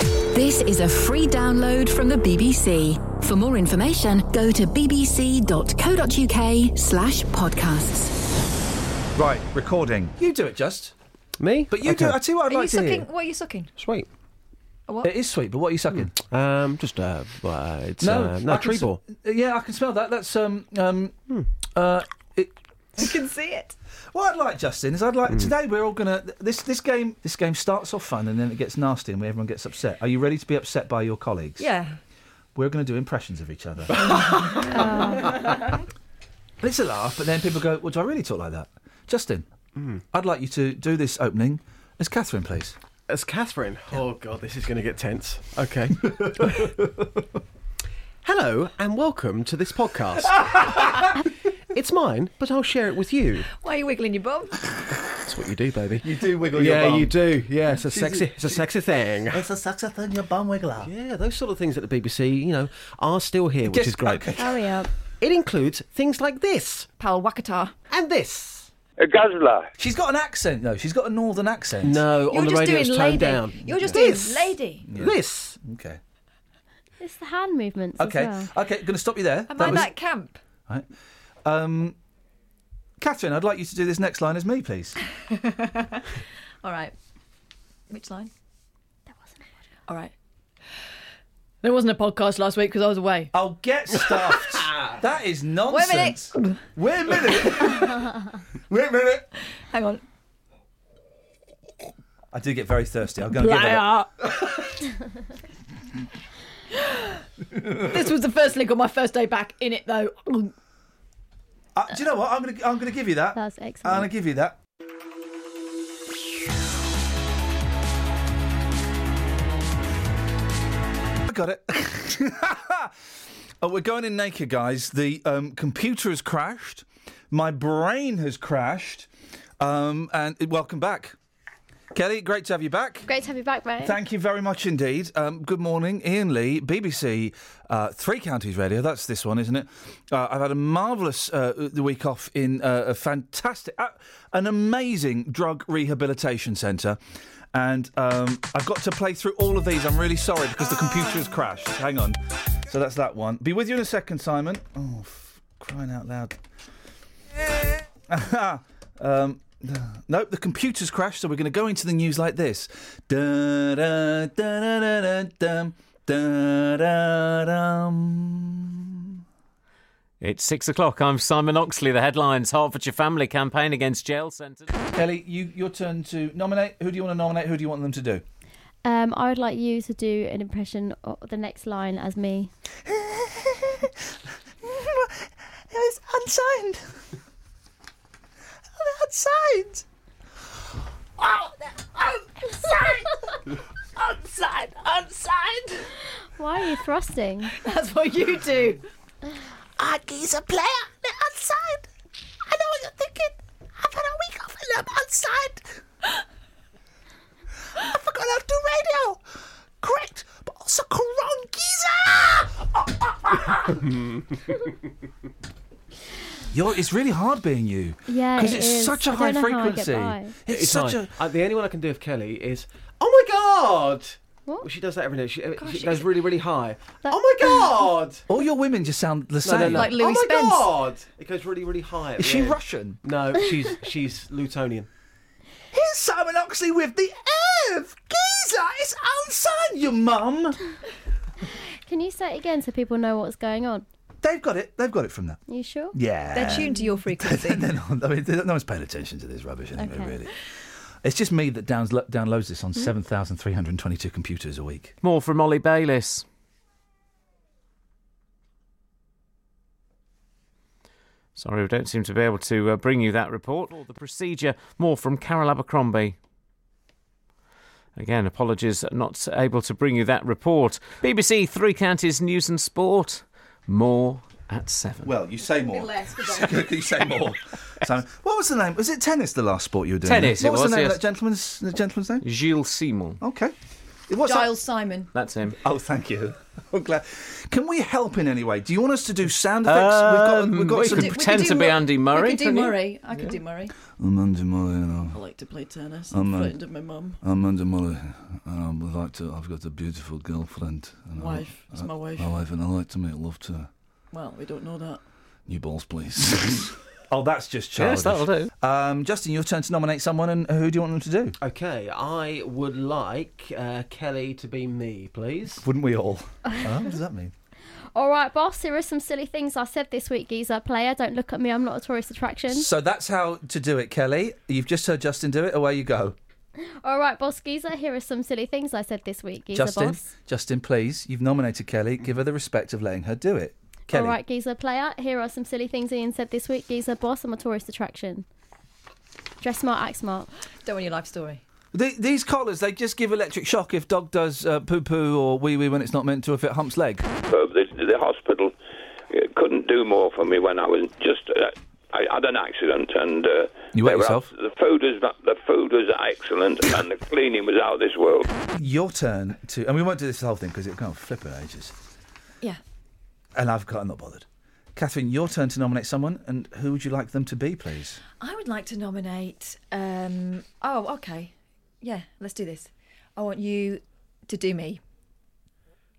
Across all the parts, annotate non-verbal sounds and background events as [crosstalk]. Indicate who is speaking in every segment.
Speaker 1: This is a free download from the BBC. For more information, go to bbc.co.uk slash podcasts.
Speaker 2: Right, recording.
Speaker 3: You do it, Just.
Speaker 4: Me?
Speaker 3: But you do. I tell you what I'd
Speaker 5: Are you
Speaker 3: like to
Speaker 5: sucking?
Speaker 3: hear.
Speaker 5: What are you sucking?
Speaker 4: Sweet.
Speaker 5: A what?
Speaker 3: It is sweet, but what are you sucking?
Speaker 4: Um, just uh, well, it's no, uh, no
Speaker 3: I can
Speaker 4: tree
Speaker 3: s-
Speaker 4: ball.
Speaker 3: Yeah, I can smell that. That's um um uh. It, Hmm.
Speaker 5: You can see it.
Speaker 3: what I'd like, Justin, is I'd like today we're all gonna th- this this game this game starts off fun and then it gets nasty and everyone gets upset. Are you ready to be upset by your colleagues?
Speaker 5: Yeah.
Speaker 3: We're gonna do impressions of each
Speaker 5: [laughs]
Speaker 3: other. And it's a laugh, but then people go, "Well, do I really talk like that?" Justin, I'd like you to do this opening as Catherine, please.
Speaker 4: As Catherine. Oh God, this is going to get tense. [laughs] Okay. Hello and welcome to this [laughs] podcast. it's mine, but I'll share it with you.
Speaker 5: Why are you wiggling your bum?
Speaker 4: That's what you do, baby.
Speaker 2: You do wiggle
Speaker 4: yeah,
Speaker 2: your bum.
Speaker 4: you do. Yeah, it's a sexy, it's a sexy thing.
Speaker 2: It's a success thing, your bum wiggler.
Speaker 4: Yeah, those sort of things at the BBC, you know, are still here, which
Speaker 3: Yes,
Speaker 4: is great.
Speaker 3: okay.
Speaker 5: Hurry up.
Speaker 4: It includes things like this
Speaker 5: Pal Wakatar.
Speaker 4: and this.
Speaker 6: A guzzler.
Speaker 3: She's got an accent though. She's got a northern accent.
Speaker 4: No,
Speaker 5: You're
Speaker 4: on the
Speaker 5: just
Speaker 4: radio,
Speaker 5: doing
Speaker 4: it's
Speaker 5: lady.
Speaker 4: toned down.
Speaker 5: You're just
Speaker 4: this.
Speaker 5: doing lady.
Speaker 4: This.
Speaker 3: Okay.
Speaker 7: It's the hand movements
Speaker 3: Okay.
Speaker 7: as well.
Speaker 3: Okay. Going to stop you there.
Speaker 5: Am
Speaker 3: That
Speaker 5: I
Speaker 3: was-
Speaker 5: that camp?
Speaker 3: Um, Catherine, I'd like you to do this next line as me, please.
Speaker 5: All right. Which line?
Speaker 7: That wasn't a podcast.
Speaker 5: All right. There wasn't a podcast last week because I was away.
Speaker 3: I'll Oh, get stuffed. that is
Speaker 5: Wait a
Speaker 3: nonsense.
Speaker 5: minute.
Speaker 3: Wait a minute.
Speaker 5: [laughs]
Speaker 3: Wait a minute.
Speaker 5: Hang on.
Speaker 3: I do get very thirsty. I'm going to give it. up.
Speaker 5: [laughs] this was the first link on my first day back. In it though. [laughs]
Speaker 3: Uh, do you know what? I'm going to I'm going to give you that.
Speaker 7: That's
Speaker 3: I'm going
Speaker 7: excellent.
Speaker 3: to give you that. I got it. [laughs] oh, we're going in naked, guys. The um, computer has crashed. My brain has crashed. Um, and welcome back. Kelly, great to have you back.
Speaker 7: Great to have you back, mate.
Speaker 3: Thank you very much indeed. Um, good morning, Ian Lee, BBC uh, Three Counties Radio. That's this one, isn't it? Uh, I've had a marvellous uh, the week off in uh, a fantastic, uh, an amazing drug rehabilitation centre. And um, I've got to play through all of these. I'm really sorry because the computer has crashed. Hang on. So that's that one. Be with you in a second, Simon. Oh, f- crying out loud. Um, nope, the computer's crashed, so we're going to go into the news like this. Da, da, da, da, da, da, dum, da, da, dum.
Speaker 8: It's six o'clock. I'm Simon Oxley. The headlines Hertfordshire family campaign against jail sentence.
Speaker 3: Ellie, you, your turn to nominate. Who do you want to nominate? Who do you want them to do?
Speaker 7: Um, I would like you to do an impression of the next line as me.
Speaker 9: It's unsigned.
Speaker 3: Oh,
Speaker 9: I'm outside. Oh, unsigned. unsigned. Unsigned.
Speaker 7: Why are you thrusting?
Speaker 5: That's what you do.
Speaker 9: Argy's a player. They're outside. I know what you're thinking. I've had a week off and I'm outside. I forgot how to do radio. Correct, but also Coron
Speaker 3: You're, it's really hard being you.
Speaker 7: Yeah,
Speaker 3: Because
Speaker 7: it
Speaker 3: it's
Speaker 7: is.
Speaker 3: such a
Speaker 7: I
Speaker 3: high
Speaker 7: don't know how I get
Speaker 3: frequency.
Speaker 7: by.
Speaker 3: It's,
Speaker 4: It's
Speaker 3: such
Speaker 4: fine.
Speaker 3: a.
Speaker 4: Uh, the only one I can do of Kelly is, oh my god.
Speaker 7: What?
Speaker 4: Well, she does that every night. She, uh, she
Speaker 5: she
Speaker 4: goes really, really high.
Speaker 7: That-
Speaker 4: Oh
Speaker 3: [laughs]
Speaker 4: my god.
Speaker 3: All your women just sound the
Speaker 4: No,
Speaker 3: same.
Speaker 4: no, no.
Speaker 5: Like Louis
Speaker 4: oh my
Speaker 5: Spence.
Speaker 4: god. It goes really, really high. at
Speaker 3: Is
Speaker 4: the
Speaker 3: she
Speaker 4: end.
Speaker 3: Russian? [laughs]
Speaker 4: No, she's she's Lutonian.
Speaker 3: Here's Simon Oxley with the Earth. Geezer, it's outside your mum.
Speaker 7: Can you say it again so people know what's going on?
Speaker 3: They've got it. They've got it from that.
Speaker 7: you sure?
Speaker 3: Yeah.
Speaker 5: They're tuned to your
Speaker 3: [laughs]
Speaker 4: [laughs]
Speaker 5: frequency.
Speaker 3: They're not- I mean, they're- no one's paying attention to this rubbish anyway,
Speaker 7: Okay.
Speaker 3: really. It's just me that downs, downloads this
Speaker 5: Mm-hmm.
Speaker 3: on 7,322 computers a week.
Speaker 8: More from Ollie Bayliss. Sorry, we don't seem to be able to uh, bring you that report or the procedure. More from Carol Abercrombie. Again, apologies, not able to bring you that report. BBC Three Counties News and Sport. More at seven.
Speaker 3: Well, you say more. [laughs] you say more. Simon. What was the name? Was it tennis, the last sport you were doing?
Speaker 8: Tennis,
Speaker 3: What
Speaker 8: it
Speaker 3: was,
Speaker 8: was,
Speaker 3: the name
Speaker 8: yes.
Speaker 3: of that gentleman's, the gentleman's name?
Speaker 8: Gilles Simon.
Speaker 3: Okay. What's that-
Speaker 5: Giles Simon.
Speaker 8: That's him.
Speaker 3: Oh, thank you. [laughs] I'm glad. Can we help in any way? Do you want us to do sound effects? we've got,
Speaker 8: Um,
Speaker 3: we've got
Speaker 8: we
Speaker 3: some.
Speaker 8: could
Speaker 5: We could
Speaker 8: Pretend
Speaker 5: do
Speaker 8: to be
Speaker 5: Mur-
Speaker 8: Andy Murray,
Speaker 5: We could do
Speaker 8: couldn't you?
Speaker 5: Murray. I could do Murray.
Speaker 3: I'm Andy Murray, and
Speaker 5: I like to play tennis.
Speaker 3: I'm
Speaker 5: I'm
Speaker 3: a-
Speaker 5: friend of my mum.
Speaker 3: I- I'm Andy Murray, and I would like to. I've got a beautiful girlfriend. And I-
Speaker 5: Wife. It's
Speaker 3: I-
Speaker 5: my wife.
Speaker 3: My wife, and Oh, I like to make love to her.
Speaker 5: Well, we don't know that.
Speaker 3: New balls, please. [laughs] oh, that's just
Speaker 8: Yes, that'll do.
Speaker 3: Um, Justin, your turn to nominate someone, and who do you want them to do?
Speaker 4: Okay, I would like uh, Kelly to be me, please.
Speaker 3: Wouldn't we [laughs] all? Huh? Oh, what does that mean?
Speaker 7: All right, boss, here are some silly things I said this week, geezer player. Don't look at me, I'm not a tourist attraction.
Speaker 3: So that's how to do it, Kelly. You've just heard Justin do it. Away you go,
Speaker 7: All right, boss, geezer, here are some silly things I said this week, geezer
Speaker 3: Justin.
Speaker 7: boss.
Speaker 3: Justin, please. You've nominated Kelly. Give her the respect of letting her do it. Kelly.
Speaker 7: All right, geezer player, here are some silly things Ian said this week, geezer boss. I'm a tourist attraction. Dress smart, act smart.
Speaker 5: Don't want your life story.
Speaker 3: Th these collars, they just give electric shock if dog does uh, poo poo or wee wee when it's not meant to, if it humps leg.
Speaker 6: Uh, the, the hospital uh, couldn't do more for me when I was just. Uh, I had an accident and. Uh,
Speaker 3: You wet
Speaker 6: they were out-
Speaker 3: yourself?
Speaker 6: The food was the food was
Speaker 3: [coughs]
Speaker 6: excellent and the cleaning was out of this world.
Speaker 3: Your turn to, and we won't do this whole thing because it can't flip it ages.
Speaker 5: Yeah.
Speaker 3: And I've got I'm not bothered. Catherine, your turn to nominate someone, and who would you like them to be, please?
Speaker 5: I would like to nominate. Um, oh, okay. Yeah, let's do this. I want you to do me.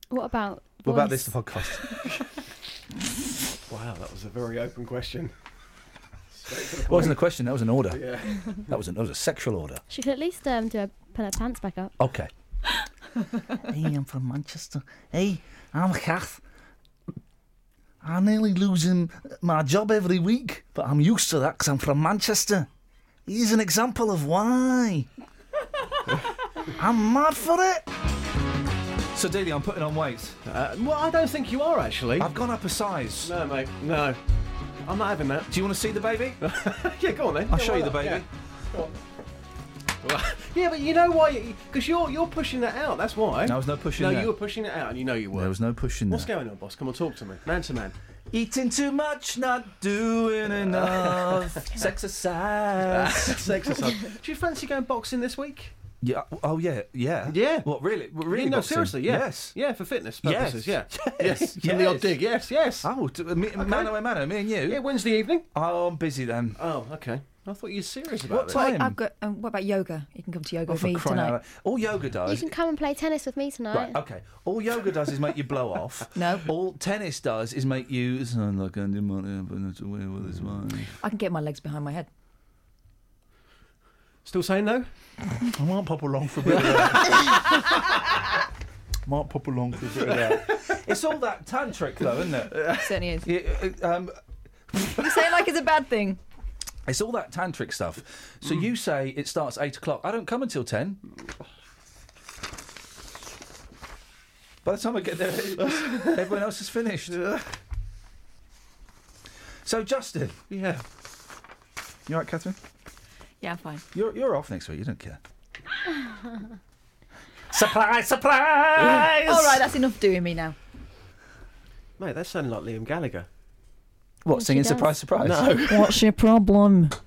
Speaker 7: What about.
Speaker 3: What about
Speaker 7: voice?
Speaker 3: this
Speaker 4: [laughs]
Speaker 3: podcast?
Speaker 4: Wow, that was a very open question.
Speaker 3: It wasn't a question, that was an order. [laughs] That was, an, that was a sexual order.
Speaker 7: She could at least um, do her, put her pants back up.
Speaker 3: Okay.
Speaker 2: Hey, I'm from Manchester. Hey, I'm Kath. I'm nearly losing my job every week, but I'm used to that because I'm from Manchester. Here's an example of why. I'm mad for it.
Speaker 3: So, Dealey, I'm putting on weight.
Speaker 4: Uh, well, I don't think you are actually.
Speaker 3: I've gone up a size.
Speaker 4: No, mate, no. I'm not having that. [laughs]
Speaker 3: Do you want to see the baby?
Speaker 4: yeah, go on then.
Speaker 3: I'll show you the baby.
Speaker 4: Yeah, but you know why? Because you're you're pushing that out. That's why.
Speaker 3: There was no pushing
Speaker 4: No,
Speaker 3: there.
Speaker 4: you were pushing it out, and you know you were.
Speaker 3: There was no pushing
Speaker 4: What's
Speaker 3: there.
Speaker 4: going on, boss? Come on, talk to me, man to
Speaker 3: [laughs]
Speaker 4: man.
Speaker 3: Eating too much, not
Speaker 4: [laughs]
Speaker 3: doing enough. Exercise.
Speaker 4: Sex aside. Do you fancy going boxing this week?
Speaker 3: yeah. Oh yeah. Yeah.
Speaker 4: Yeah.
Speaker 3: What really? What, really?
Speaker 4: Yeah, no,
Speaker 3: boxing?
Speaker 4: seriously, yeah.
Speaker 3: Yes.
Speaker 4: Yeah, for fitness
Speaker 3: Yes. [laughs]
Speaker 4: purposes, yeah.
Speaker 3: Yes,
Speaker 4: Yes. And the odd
Speaker 3: yes.
Speaker 4: dig, yes, yes.
Speaker 3: Oh, d- me, mano a mano, me and you.
Speaker 4: Yeah, Wednesday evening.
Speaker 3: Oh, I'm busy then.
Speaker 4: Oh, okay. I thought you were serious about
Speaker 3: What
Speaker 4: this.
Speaker 3: time?
Speaker 5: I've got. Um, what about yoga? You can come to
Speaker 3: Hmm. Oh,
Speaker 5: yoga with
Speaker 3: for
Speaker 5: me
Speaker 3: crying
Speaker 5: tonight.
Speaker 3: out loud. All yoga
Speaker 7: You
Speaker 3: does.
Speaker 7: can come and play tennis with me tonight.
Speaker 3: Oh, Right, um, okay. All yoga does is make you blow off.
Speaker 5: No.
Speaker 3: All tennis does is make you sound like Andy Martin, but not away with his mind.
Speaker 5: I can get my legs behind my head.
Speaker 4: Still saying no?
Speaker 3: I might pop along for a bit of
Speaker 10: [laughs]
Speaker 3: might pop along for a bit of that. It's all that tantric, though, isn't it?
Speaker 5: [laughs] certainly is.
Speaker 3: Yeah, um,
Speaker 5: You say it like it's a bad thing.
Speaker 3: it's all that tantric stuff. So you say it starts eight o'clock. I don't come until ten. By the time I get there, [laughs] everyone else is finished. So Justin,
Speaker 4: Yeah.
Speaker 3: you all right, Catherine?
Speaker 5: Yeah, I'm fine.
Speaker 3: You're you're off next week. You don't care. surprise! Surprise!
Speaker 5: All right, that's enough doing me now.
Speaker 4: Mate, that sounded like Liam Gallagher.
Speaker 3: What
Speaker 7: She
Speaker 3: singing?
Speaker 7: does.
Speaker 3: Surprise! Surprise!
Speaker 5: What's your problem?
Speaker 3: [laughs]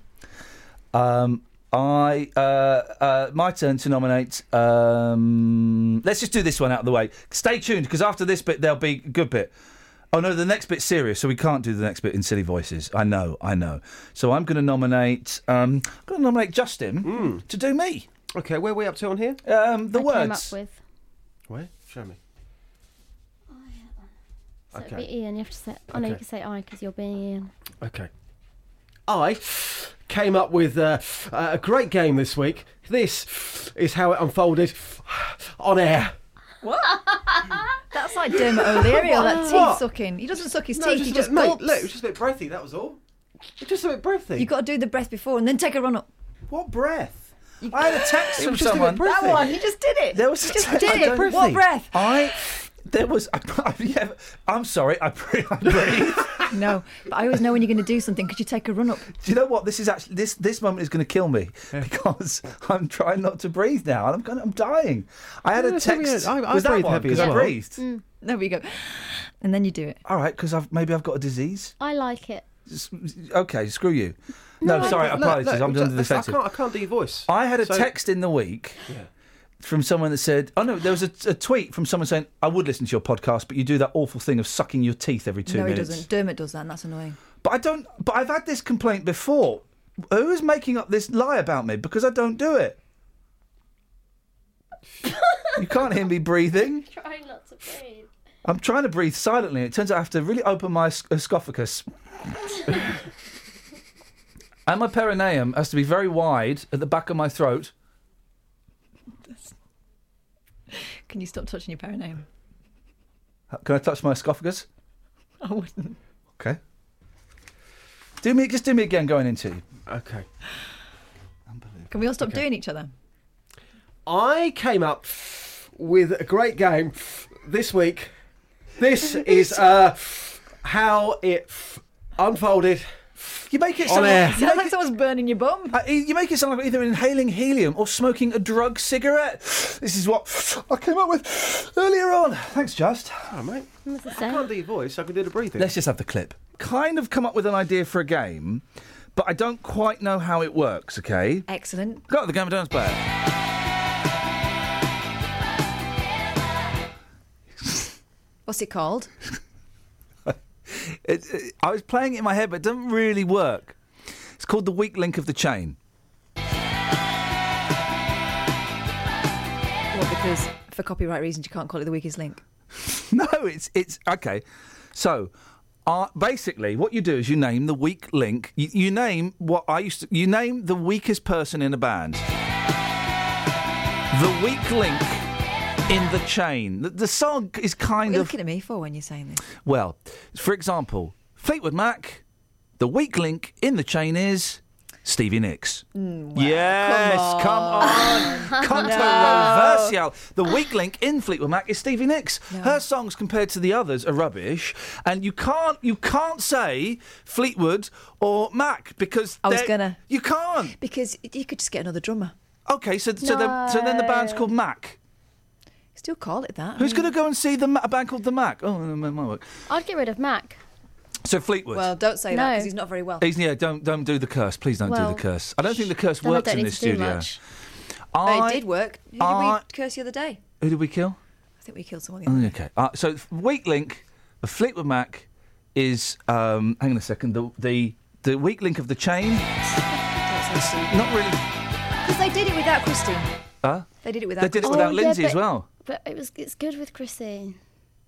Speaker 3: Um, I uh, uh, my turn to nominate. Um, let's just do this one out of the way. Stay tuned because after this bit there'll be a good bit. Oh no, the next bit's serious, so we can't do the next bit in silly voices. I know, I know. So I'm going to nominate. Um, I'm going to nominate Justin to do me.
Speaker 4: Okay, where are we up to on here?
Speaker 3: Um, the
Speaker 7: Hmm. I Came
Speaker 3: words.
Speaker 7: up with.
Speaker 4: Where? Show me.
Speaker 7: So it'd
Speaker 4: Okay.
Speaker 7: be Ian. You have to say. Oh no, you
Speaker 4: Okay.
Speaker 7: can say I because you're being Ian.
Speaker 4: Okay. I came up with uh, a great game this week. This is how it unfolded on air.
Speaker 5: That's like Dermot O'Leary or that teeth
Speaker 4: What?
Speaker 5: sucking. He doesn't suck his
Speaker 4: No,
Speaker 5: teeth.
Speaker 4: just
Speaker 5: he
Speaker 4: a
Speaker 5: just
Speaker 4: bit, mate,
Speaker 5: gulps.
Speaker 4: look, it was just a bit breathy, that was all. It's just a bit breathy.
Speaker 5: You've got to do the breath before and then take a run up.
Speaker 4: What breath?
Speaker 3: I had a text
Speaker 4: It
Speaker 3: from
Speaker 4: was just a bit
Speaker 3: someone.
Speaker 4: breathy.
Speaker 5: That one, he just did it.
Speaker 3: There was
Speaker 5: he
Speaker 3: a
Speaker 5: just
Speaker 3: time- [laughs]
Speaker 5: did
Speaker 3: I
Speaker 5: it.
Speaker 3: don't
Speaker 5: What
Speaker 3: think-
Speaker 5: breath?
Speaker 3: I. There was. [laughs] I, yeah, I'm sorry. I, pre- I [laughs] breathe.
Speaker 5: No, but I always know when you're going to do something because you take a run up.
Speaker 3: Do you know what? This is actually this this moment is going to kill me because [laughs] I'm trying not to breathe now, and I'm going, I'm dying. I had
Speaker 4: Yeah,
Speaker 3: a
Speaker 4: that's heavy.
Speaker 3: text.
Speaker 4: I- I
Speaker 3: was that
Speaker 4: breathe
Speaker 3: one?
Speaker 4: heavy
Speaker 3: 'Cause
Speaker 4: as
Speaker 3: I
Speaker 4: well.
Speaker 3: breathed.
Speaker 5: There we go. And then you do it.
Speaker 3: All right, because I've maybe I've got a disease.
Speaker 7: I like it.
Speaker 3: S- Okay, screw you. No, sorry, I
Speaker 4: Look,
Speaker 3: apologize.
Speaker 4: look,
Speaker 3: I'm
Speaker 4: look,
Speaker 3: under the
Speaker 4: I
Speaker 3: defensive.
Speaker 4: can't, I can't do your voice.
Speaker 3: I had a
Speaker 4: So-
Speaker 3: text in the week. from someone that said, "Oh no, there was a, a tweet from someone saying I would listen to your podcast, but you do that awful thing of sucking your teeth every two
Speaker 5: no,
Speaker 3: minutes."
Speaker 5: he doesn't. Dermot does that, and that's annoying.
Speaker 3: But I don't. But I've had this complaint before. Who is making up this lie about me because I don't do it? you can't hear me breathing.
Speaker 7: Trying not to breathe.
Speaker 3: I'm trying to breathe silently. It turns out I have to really open my sc- esophagus. and my perineum has to be very wide at the back of my throat.
Speaker 5: Can you stop touching your perineum?
Speaker 3: Can I touch my esophagus?
Speaker 5: I wouldn't.
Speaker 3: Okay. Do me just do me again going into you.
Speaker 4: Okay.
Speaker 5: Can we all stop doing each other? [laughs]
Speaker 4: I came up with a great game this week. This is uh, how it unfolded.
Speaker 3: You make it
Speaker 4: On
Speaker 3: sound
Speaker 4: air.
Speaker 3: like, you
Speaker 5: Sounds
Speaker 3: make
Speaker 5: like
Speaker 3: it,
Speaker 5: someone's burning your bum.
Speaker 3: uh, you make it sound like either inhaling helium or smoking a drug cigarette. This is what I came up with earlier on. Thanks, Just.
Speaker 4: Oh, mate.
Speaker 7: What's it
Speaker 4: I
Speaker 7: say?
Speaker 4: can't do your voice. I can do the breathing.
Speaker 3: Let's just have the clip. Kind of come up with an idea for a game, but I don't quite know how it works. Okay.
Speaker 5: Excellent.
Speaker 3: Got the Game of Thrones player.
Speaker 5: What's it called?
Speaker 3: It, it- I was playing it in my head, but it doesn't really work. It's called the weak link of the chain.
Speaker 5: Well, because for copyright reasons, you can't call it the weakest link.
Speaker 3: [laughs] No, it's it's okay. So, uh, basically, what you do is you name the weak link. You, you name what I used to. You name the weakest person in a band. The weak link in the chain. The, the song is
Speaker 5: What are
Speaker 3: kind
Speaker 5: you
Speaker 3: of
Speaker 5: looking at me for when you're saying this?
Speaker 3: well. For example, Fleetwood Mac. The weak link in the chain is Stevie Nicks.
Speaker 5: Mm,
Speaker 3: yes, come on,
Speaker 5: [laughs]
Speaker 3: controversial. The weak link in Fleetwood Mac is Stevie Nicks. Her songs compared to the others are rubbish, and you can't you can't say Fleetwood or Mac because
Speaker 5: I was
Speaker 3: they're-
Speaker 5: gonna.
Speaker 3: You can't.
Speaker 5: Because you could just get another drummer.
Speaker 3: Okay, so so, then, so then the band's called Mac.
Speaker 5: Still call it that.
Speaker 3: Who's going to go and see the Ma- a band called the Mac? Oh, no, no, my work.
Speaker 7: I'd get rid of Mac.
Speaker 3: So Fleetwood.
Speaker 5: Well, don't say that
Speaker 7: No.
Speaker 5: because he's not very well.
Speaker 3: He's, yeah, don't don't do the curse. Please don't
Speaker 7: Well,
Speaker 3: do the curse. I don't think the curse
Speaker 7: Then I
Speaker 3: works
Speaker 7: don't
Speaker 3: in
Speaker 7: need
Speaker 3: this
Speaker 7: to do
Speaker 3: studio.
Speaker 7: much.
Speaker 5: No,
Speaker 3: I,
Speaker 5: it did work. Who did
Speaker 3: I-
Speaker 5: we curse the other day?
Speaker 3: Who did we kill?
Speaker 5: I think we killed someone the
Speaker 3: Oh,
Speaker 5: other day.
Speaker 3: Okay. Uh, so weak link of Fleetwood Mac is um, hang on a second. The the the weak link of the chain. Not really.
Speaker 5: Because they did it without Christine.
Speaker 3: Huh?
Speaker 5: They did it without
Speaker 3: They did it
Speaker 5: Christine.
Speaker 3: without
Speaker 7: Oh, yeah,
Speaker 3: Lindsay
Speaker 7: but-
Speaker 3: as well.
Speaker 7: But it was it's good with Christine.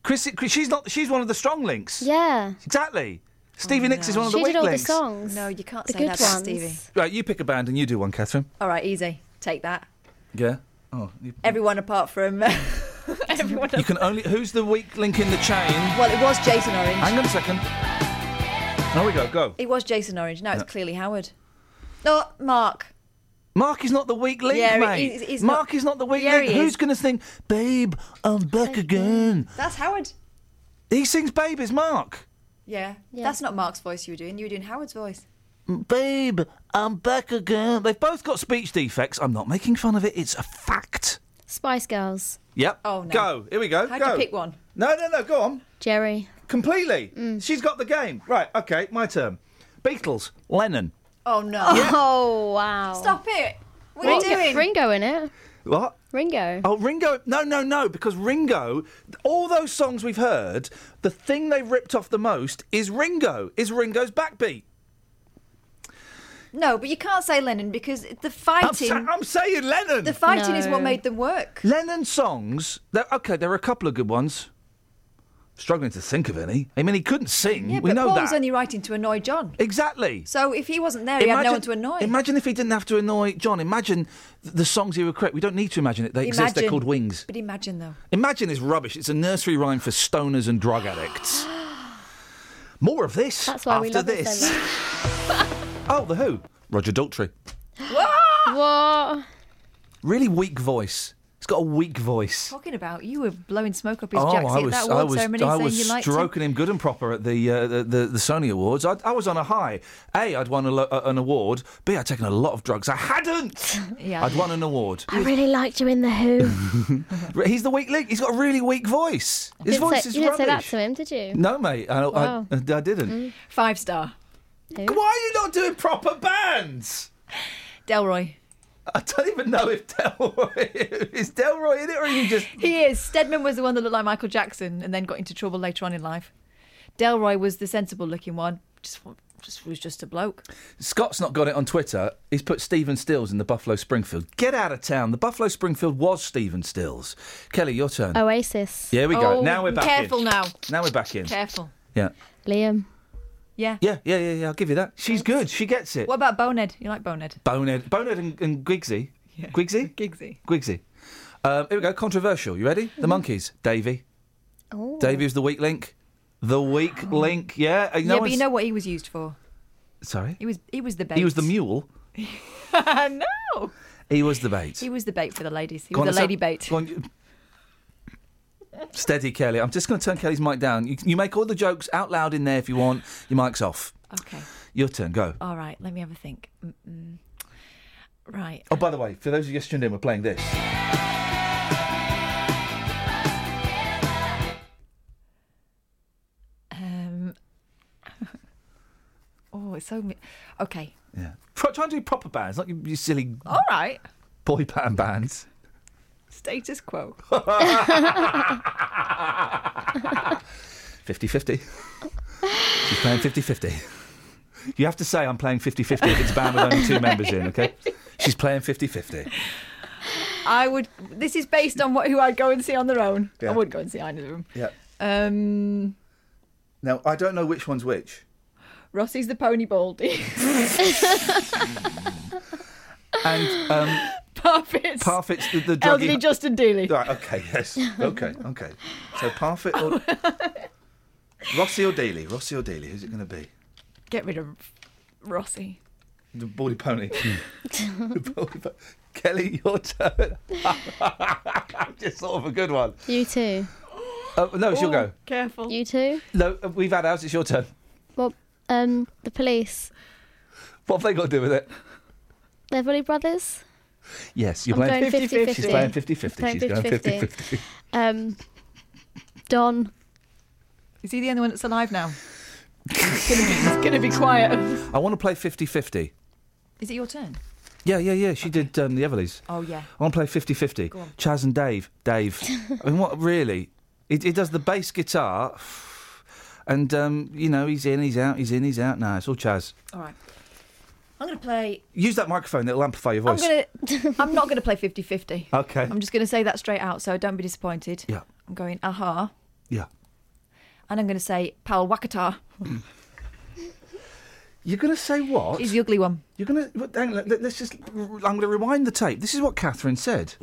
Speaker 3: Chris, Chris, she's not. She's one of the strong links.
Speaker 7: Yeah. Oh,
Speaker 3: Exactly. Stevie Nicks is one of
Speaker 7: She
Speaker 3: the weak
Speaker 7: did all
Speaker 3: links.
Speaker 7: the songs.
Speaker 5: No, you can't
Speaker 7: the
Speaker 5: say
Speaker 7: good
Speaker 5: that about
Speaker 7: ones.
Speaker 5: Stevie.
Speaker 3: Right, you pick a band and you do one, Catherine.
Speaker 5: All right, easy. Take that.
Speaker 3: Yeah. Oh, you,
Speaker 5: Everyone apart from uh, everyone.
Speaker 3: you can only. Who's the weak link in the chain?
Speaker 5: [laughs] Well, it was Jason Orange.
Speaker 3: Hang on a second. There we go. Go.
Speaker 5: It was Jason Orange. Now it's
Speaker 3: Uh.
Speaker 5: clearly Howard. No, Mark.
Speaker 3: Mark is not the weak link,
Speaker 5: Yeah, he-
Speaker 3: mate.
Speaker 5: he's- he's
Speaker 3: Mark
Speaker 5: not-
Speaker 3: is not the weak
Speaker 5: Yeah,
Speaker 3: link.
Speaker 5: he
Speaker 3: Who's
Speaker 5: is.
Speaker 3: going to sing, Babe, I'm back again?
Speaker 5: That's Howard.
Speaker 3: He sings Babe, is Mark.
Speaker 5: Yeah.
Speaker 7: Yeah.
Speaker 5: That's not Mark's voice you were doing. You were doing Howard's voice.
Speaker 3: Babe, I'm back again. They've both got speech defects. I'm not making fun of it. It's a fact.
Speaker 7: Spice Girls.
Speaker 3: Yep.
Speaker 5: Oh, no.
Speaker 3: Go. Here we go.
Speaker 5: How'd
Speaker 3: go.
Speaker 5: you pick one? Mm.
Speaker 3: No, no, no. Go on.
Speaker 7: Jerry.
Speaker 3: Completely. She's got the game. Right. Okay. My turn. Beatles. Lennon.
Speaker 5: Oh, no.
Speaker 7: Oh wow.
Speaker 5: Stop it. What are you
Speaker 7: Ringo,
Speaker 5: doing?
Speaker 7: Ringo in it.
Speaker 3: What?
Speaker 7: Ringo.
Speaker 3: Oh, Ringo. No, no, no, because Ringo, all those songs we've heard, the thing they ripped off the most is Ringo, is Ringo's backbeat.
Speaker 5: No, but you can't say Lennon because the
Speaker 3: I'm, sa-
Speaker 5: fighting.
Speaker 3: I'm saying Lennon.
Speaker 5: the fighting is what
Speaker 7: No.
Speaker 5: made them work.
Speaker 3: Lennon songs, they're- okay, there are a couple of good ones. Struggling to think of any. I mean, he couldn't sing.
Speaker 5: Yeah,
Speaker 3: we
Speaker 5: but
Speaker 3: know
Speaker 5: Paul
Speaker 3: that.
Speaker 5: was only writing to annoy John.
Speaker 3: Exactly.
Speaker 5: So if he wasn't there, he had no one to annoy.
Speaker 3: Imagine if he didn't have to annoy John. Imagine th- the songs he would create. We don't need to imagine it. They exist. They're
Speaker 5: Imagine.
Speaker 3: called Wings.
Speaker 5: But imagine though.
Speaker 3: Imagine this rubbish. It's a nursery rhyme for stoners and drug addicts.
Speaker 7: [gasps]
Speaker 3: More of this
Speaker 7: That's why
Speaker 3: after
Speaker 7: we love it
Speaker 3: this.
Speaker 7: so
Speaker 3: [laughs] oh, the Who? Roger Daltrey. Ah.
Speaker 7: What?
Speaker 3: Really weak voice. He's got a weak voice.
Speaker 5: Talking about you were blowing smoke up his
Speaker 3: oh,
Speaker 5: jacket
Speaker 3: I was,
Speaker 5: at that
Speaker 3: I
Speaker 5: award
Speaker 3: was,
Speaker 5: ceremony,
Speaker 3: I
Speaker 5: saying
Speaker 3: was
Speaker 5: you liked
Speaker 3: stroking him good and proper at the uh, the, the, the Sony Awards. I, I was on a high. A, I'd won a, lo- uh, an award. B, I'd taken a lot of drugs. I
Speaker 7: [laughs]
Speaker 3: hadn't.
Speaker 5: Yeah.
Speaker 3: I'd won an award.
Speaker 7: I really liked you in the Who.
Speaker 3: He's the weak link. He's got a really weak voice. His
Speaker 7: didn't
Speaker 3: voice
Speaker 7: say,
Speaker 3: is
Speaker 7: you didn't
Speaker 3: rubbish.
Speaker 7: say that to him, did you?
Speaker 3: No, mate. I,
Speaker 7: Wow.
Speaker 3: I, I didn't.
Speaker 5: him. Five star,
Speaker 3: Why are you not doing proper bands?
Speaker 5: Delroy.
Speaker 3: I don't even know if Delroy [laughs] is Delroy in it, or is he just
Speaker 5: He is. Stedman was the one that looked like Michael Jackson and then got into trouble later on in life. Delroy was the sensible looking one. Just, just was just a bloke.
Speaker 3: Scott's not got it on Twitter. He's put Stephen Stills in the Buffalo Springfield. Get out of town. The Buffalo Springfield was Stephen Stills. Kelly, your turn.
Speaker 7: Oasis.
Speaker 3: Yeah, we go.
Speaker 5: Oh,
Speaker 3: now we're back
Speaker 5: Careful
Speaker 3: in.
Speaker 5: now.
Speaker 3: Now we're back in.
Speaker 5: Careful.
Speaker 3: Yeah.
Speaker 7: Liam.
Speaker 5: Yeah.
Speaker 3: Yeah, yeah, yeah, yeah. I'll give you that. She's good. She gets it.
Speaker 5: What about Bonehead? You like Bonehead?
Speaker 3: Bonehead. Bonehead and, and Gwigsy.
Speaker 5: Yeah. [laughs]
Speaker 3: Gwigsy?
Speaker 5: Gigsy.
Speaker 3: Gwigsy. Um, here we go. Controversial. You ready?
Speaker 5: Mm-hmm.
Speaker 3: The monkeys. Davy.
Speaker 7: Oh.
Speaker 3: Davy was the weak link. The
Speaker 5: [gasps]
Speaker 3: weak link. Yeah. uh, no
Speaker 5: yeah, but you
Speaker 3: one's-
Speaker 5: know what he was used for?
Speaker 3: Sorry.
Speaker 5: He was he was the bait.
Speaker 3: He was the
Speaker 5: [laughs]
Speaker 3: mule.
Speaker 5: no.
Speaker 3: He was the bait.
Speaker 5: He was the bait for the ladies. He
Speaker 3: Go on,
Speaker 5: was the
Speaker 3: let's
Speaker 5: lady
Speaker 3: have-
Speaker 5: bait.
Speaker 3: go on, you- Steady, Kelly. I'm just going to turn Kelly's mic down. You, you make all the jokes out loud in there if you want. Your mic's off.
Speaker 5: Okay.
Speaker 3: Your turn. Go.
Speaker 5: All right. Let me have a think. Mm-mm. Right.
Speaker 3: Oh, by the way, for those who just tuned in, we're playing this.
Speaker 5: Um. [laughs] oh, it's so. mi- Okay.
Speaker 3: Yeah. Try, try and do proper bands, not you, you silly
Speaker 5: All right.
Speaker 3: boy band bands.
Speaker 5: Status quo.
Speaker 3: 50 [laughs] 50. She's playing 50 50. You have to say I'm playing 50 50 if it's a band with only two members in, okay? She's playing 50 50.
Speaker 5: I would. This is based on what who I'd go and see on their own.
Speaker 3: Yeah.
Speaker 5: I wouldn't go and see either of them.
Speaker 3: Yeah.
Speaker 5: Um,
Speaker 3: Now, I don't know which one's which.
Speaker 5: Rossi's the pony baldy. [laughs]
Speaker 3: And [laughs] um,
Speaker 5: Parfits.
Speaker 3: Parfit's the, the druggy.
Speaker 5: Elderly Justin Dooley.
Speaker 3: Right, okay, yes. Okay, okay. So Parfit or Rossi or Daly? Rossi or Daly, who's it gonna be?
Speaker 5: Get rid of Rossi.
Speaker 3: The baldy pony. [laughs] The baldy po- Kelly, your turn. [laughs] Just sort of a good one.
Speaker 7: You too.
Speaker 3: Uh, no, it's your go.
Speaker 5: Careful.
Speaker 7: You too.
Speaker 3: No, uh, we've had ours. It's your turn.
Speaker 7: Well, um, the police.
Speaker 3: What have they got to do with it?
Speaker 7: Beverly Brothers.
Speaker 3: Yes, you're
Speaker 7: I'm
Speaker 3: playing.
Speaker 7: going 50 50.
Speaker 3: She's playing 50 50.
Speaker 7: Playing
Speaker 3: She's going 50
Speaker 7: 50-50.
Speaker 3: 50.
Speaker 7: Um, Don.
Speaker 5: Is he the only one that's alive now? it's, gonna be, it's gonna be quiet.
Speaker 3: I want to play 50 50.
Speaker 5: Is it your turn?
Speaker 3: Yeah, yeah, yeah. She did um, the Everleys.
Speaker 5: Oh yeah.
Speaker 3: I want to play 50 50.
Speaker 5: Go on.
Speaker 3: Chaz and Dave.
Speaker 5: [laughs]
Speaker 3: Dave. I mean, what really? He, he does the bass guitar. And, um, you know, he's in, he's out, he's in, he's out. Now it's all Chaz.
Speaker 5: All right. I'm gonna play.
Speaker 3: Use that microphone, it'll amplify your
Speaker 5: I'm
Speaker 3: voice.
Speaker 5: gonna. [laughs] I'm not gonna play 50-50.
Speaker 3: Okay.
Speaker 5: I'm just gonna say that straight out, so don't be disappointed.
Speaker 3: Yeah,
Speaker 5: I'm going aha,
Speaker 3: yeah.
Speaker 5: and I'm gonna say pal Wakatar
Speaker 3: You're going to say what?
Speaker 5: He's the ugly one.
Speaker 3: You're going to. Hang on, let- let's just. I'm going to rewind the tape. This is what Catherine said.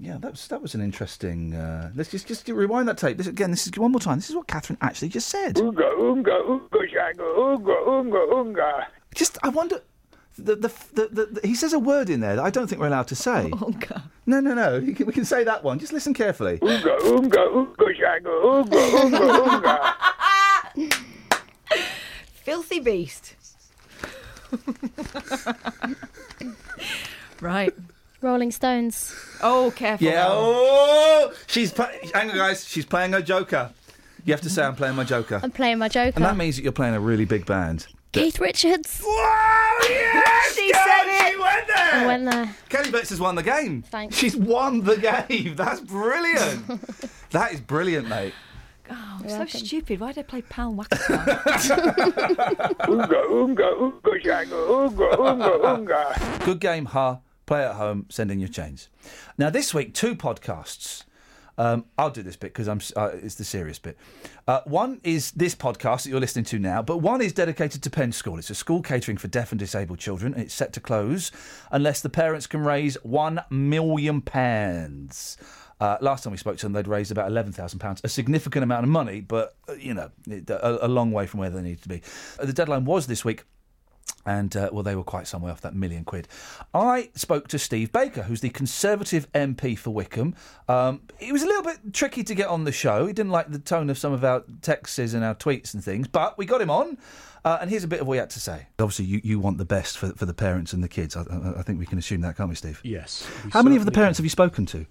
Speaker 3: Yeah, that was that was an interesting. Uh, let's just just rewind that tape. This again. This is one more time. This is what Catherine actually just said.
Speaker 6: Oonga, oonga, oonga, shaka, oonga, oonga, oonga.
Speaker 3: Just I wonder. The, the, the, the, the, he says a word in there that I don't think we're allowed to say. No, no, no. You can, we can say that one. Just listen carefully.
Speaker 6: Oonga, oonga, oonga, shaka, oonga, oonga, oonga.
Speaker 5: Filthy beast. [laughs] right.
Speaker 7: Rolling Stones.
Speaker 5: Oh, careful.
Speaker 3: Yeah. Oh, she's pla- hang on, guys. She's playing her Joker. You have to say I'm playing my Joker,
Speaker 7: I'm playing my Joker.
Speaker 3: and that means that you're playing a really big band.
Speaker 7: [laughs] Keith [laughs] Richards.
Speaker 3: Whoa! Yes,
Speaker 5: She said
Speaker 3: She went there.
Speaker 7: I went there.
Speaker 3: Kelly Betts has won the game.
Speaker 7: Thanks.
Speaker 3: She's won the [laughs] game. That's brilliant. that is brilliant, mate.
Speaker 5: Oh,
Speaker 7: You're
Speaker 5: so
Speaker 7: welcome.
Speaker 5: stupid. Why did I play pal Oh, Wakatar?
Speaker 6: Oonga, oonga, oonga, shaka, oonga, oonga, oonga.
Speaker 3: Good game, ha. Play at home. Send in your chains. Now this week, two podcasts. Um, I'll do this bit because I'm. s- Uh, it's the serious bit. Uh, one is this podcast that you're listening to now, but one is dedicated to Penn School. It's a school catering for deaf and disabled children, and it's set to close unless the parents can raise one million pounds. Uh, last time we spoke to them, they'd raised about eleven thousand pounds, a significant amount of money, but uh, you know, it- a, a long way from where they needed to be. Uh, The deadline was this week. And uh, well, they were quite some way off that million quid. I spoke to Steve Baker, who's the Conservative MP for Wickham. Um, it was a little bit tricky to get on the show. He didn't like the tone of some of our texts and our tweets and things, but we got him on. Uh, and here's a bit of what he had to say. Obviously, you, you want the best for, for the parents and the kids. I, I, I think we can assume that, can't we, Steve?
Speaker 11: Yes.
Speaker 3: How many of the parents have you spoken to?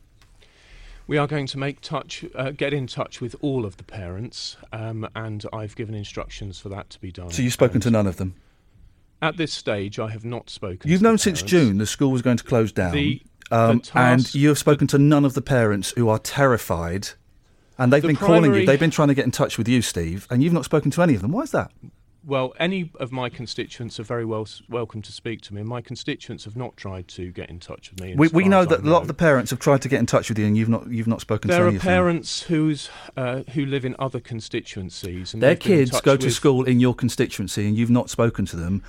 Speaker 11: We are going to make touch, uh, get in touch with all of the parents, um, and I've given instructions for that to be done.
Speaker 3: So you've spoken to none of them.
Speaker 11: At this stage, I have not spoken.
Speaker 3: You've
Speaker 11: to the
Speaker 3: known since
Speaker 11: parents.
Speaker 3: June the school was going to close down,
Speaker 11: The-
Speaker 3: um,
Speaker 11: the
Speaker 3: and
Speaker 11: task-
Speaker 3: you have spoken to none of the parents who are terrified, and they've
Speaker 11: The
Speaker 3: been calling you.
Speaker 11: primary-
Speaker 3: They've been trying to get in touch with you, Steve, and you've not spoken to any of them. Why is that?
Speaker 11: [laughs] Well, any of my constituents are very well s- welcome to speak to me. My constituents have not tried to get in touch with me.
Speaker 3: We,
Speaker 11: as
Speaker 3: we
Speaker 11: far
Speaker 3: know
Speaker 11: as I
Speaker 3: that a lot of the parents have tried to get in touch with you, and you've not you've not spoken
Speaker 11: There
Speaker 3: to
Speaker 11: are
Speaker 3: any of them.
Speaker 11: parents who's uh, who live in other constituencies, and
Speaker 3: Their
Speaker 11: they've been in
Speaker 3: kids
Speaker 11: touch
Speaker 3: go to
Speaker 11: with-
Speaker 3: school in your constituency, and you've not spoken to them.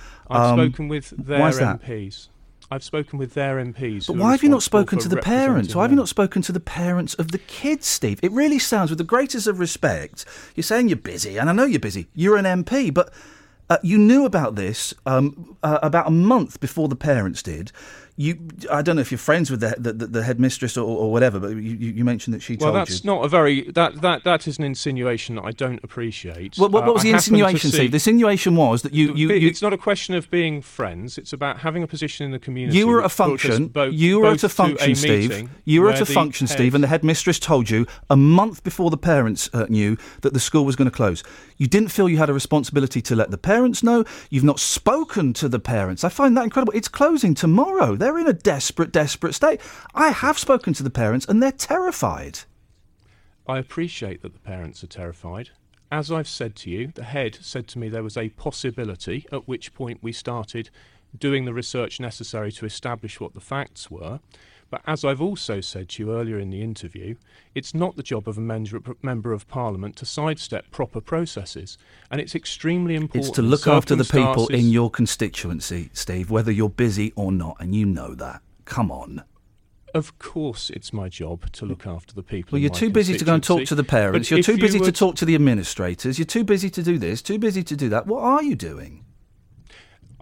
Speaker 3: Um,
Speaker 11: I've spoken with their
Speaker 3: why is that?
Speaker 11: MPs. I've spoken with their MPs.
Speaker 3: But
Speaker 11: who are
Speaker 3: why have you not
Speaker 11: responsible
Speaker 3: spoken
Speaker 11: for
Speaker 3: to the parents?
Speaker 11: representing
Speaker 3: Why have
Speaker 11: them.
Speaker 3: you not spoken to the parents of the kids, Steve? It really sounds, with the greatest of respect, you're saying you're busy, and I know you're busy. You're an MP, but uh, you knew about this um, uh, about a month before the parents did. You, I don't know if you're friends with the the, the, the headmistress or, or whatever, but you, you you mentioned that she
Speaker 11: Well,
Speaker 3: told
Speaker 11: that's
Speaker 3: you.
Speaker 11: not a very that that that is an insinuation that I don't appreciate.
Speaker 3: What, what,
Speaker 11: Uh,
Speaker 3: what was
Speaker 11: I
Speaker 3: the
Speaker 11: happen to
Speaker 3: insinuation,
Speaker 11: see-
Speaker 3: Steve? The insinuation was that you, you,
Speaker 11: Be-
Speaker 3: you
Speaker 11: it's not a question of being friends. It's about having a position in the community.
Speaker 3: You were at a
Speaker 11: which brought us
Speaker 3: function.
Speaker 11: both-
Speaker 3: you were
Speaker 11: both
Speaker 3: at a
Speaker 11: to
Speaker 3: function, Steve.
Speaker 11: meeting
Speaker 3: You were
Speaker 11: where
Speaker 3: at a
Speaker 11: the
Speaker 3: function,
Speaker 11: head-
Speaker 3: Steve, and the headmistress told you a month before the parents uh, knew that the school was going to close. You didn't feel you had a responsibility to let the parents know. You've not spoken to the parents. I find that incredible. It's closing tomorrow. They're in a desperate, desperate state. I have spoken to the parents, and they're terrified.
Speaker 11: I appreciate that the parents are terrified. As I've said to you, the head said to me there was a possibility, at which point we started doing the research necessary to establish what the facts were. But as I've also said to you earlier in the interview, it's not the job of a men- member of parliament to sidestep proper processes. And it's extremely important.
Speaker 3: It's to look after the people
Speaker 11: Circumstances-
Speaker 3: in your constituency, Steve, whether you're busy or not, and you know that. Come on.
Speaker 11: Of course, it's my job to look after the people.
Speaker 3: Well,
Speaker 11: in
Speaker 3: you're
Speaker 11: my
Speaker 3: too busy to go and talk to the
Speaker 11: constituency. But
Speaker 3: parents. You're
Speaker 11: if
Speaker 3: too
Speaker 11: you
Speaker 3: busy
Speaker 11: were
Speaker 3: to talk to the administrators. You're too busy to do this, too busy to do that. What are you doing?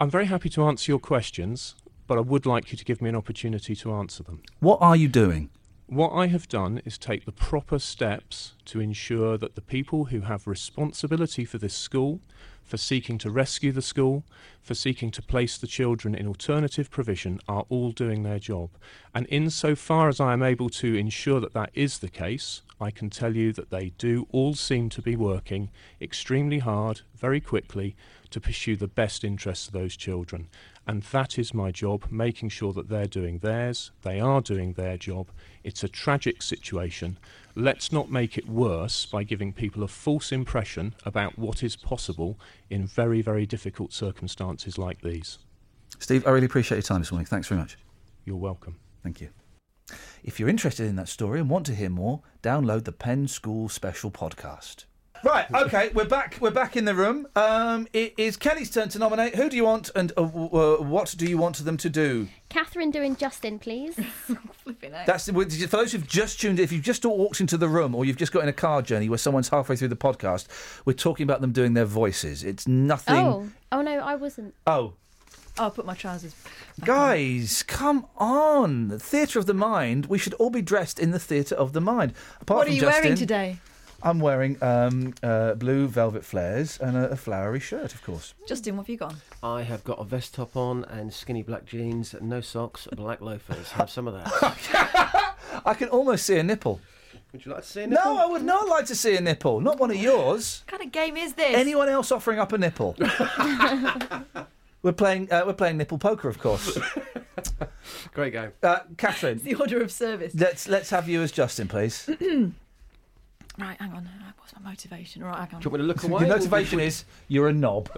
Speaker 11: I'm very happy to answer your questions, but I would like you to give me an opportunity to answer them.
Speaker 3: What are you doing?
Speaker 11: What I have done is take the proper steps to ensure that the people who have responsibility for this school, for seeking to rescue the school, for seeking to place the children in alternative provision, are all doing their job. And insofar as I am able to ensure that that is the case, I can tell you that they do all seem to be working extremely hard, very quickly, to pursue the best interests of those children. And that is my job, making sure that they're doing theirs, they are doing their job. It's a tragic situation. Let's not make it worse by giving people a false impression about what is possible in very, very difficult circumstances like these.
Speaker 3: Steve, I really appreciate your time this morning. Thanks very much.
Speaker 11: You're welcome.
Speaker 3: Thank you. If you're interested in that story and want to hear more, download the Penn School Special podcast. Right, okay, we're back. We're back in the room. Um, it is Kelly's turn to nominate. Who do you want, and uh, w- uh, what do you want them to do?
Speaker 7: Catherine doing Justin, please.
Speaker 3: That's the- for those who've just tuned in. If you've just walked into the room, or you've just got in a car journey where someone's halfway through the podcast, we're talking about them doing their voices. It's nothing.
Speaker 7: Oh, oh no, I wasn't.
Speaker 3: Oh,
Speaker 5: Oh, I put my trousers.
Speaker 3: guys, come on! The theatre of the mind. We should all be dressed in the theatre of the mind. Apart
Speaker 5: what are
Speaker 3: from
Speaker 5: you
Speaker 3: Justin,
Speaker 5: wearing today?
Speaker 3: I'm wearing um, uh, blue velvet flares and a, a flowery shirt, of course.
Speaker 5: Justin, what have you got? on?
Speaker 12: I have got a vest top on and skinny black jeans, no socks, black loafers. Have some of that.
Speaker 3: I can almost see a nipple.
Speaker 12: Would you like to see a
Speaker 3: No, I would not like to see a nipple. Not one of yours.
Speaker 5: What kind of game is this?
Speaker 3: Anyone else offering up a nipple? we're playing. Uh, we're playing nipple poker, of course.
Speaker 12: Great game.
Speaker 3: Uh, Catherine,
Speaker 5: The order of service.
Speaker 3: let's let's have you as Justin, please.
Speaker 5: right, hang on. Uh, What's my motivation? All right, hang on.
Speaker 12: Do you want me to
Speaker 4: [laughs]
Speaker 12: look away?
Speaker 3: Your motivation is you're a knob.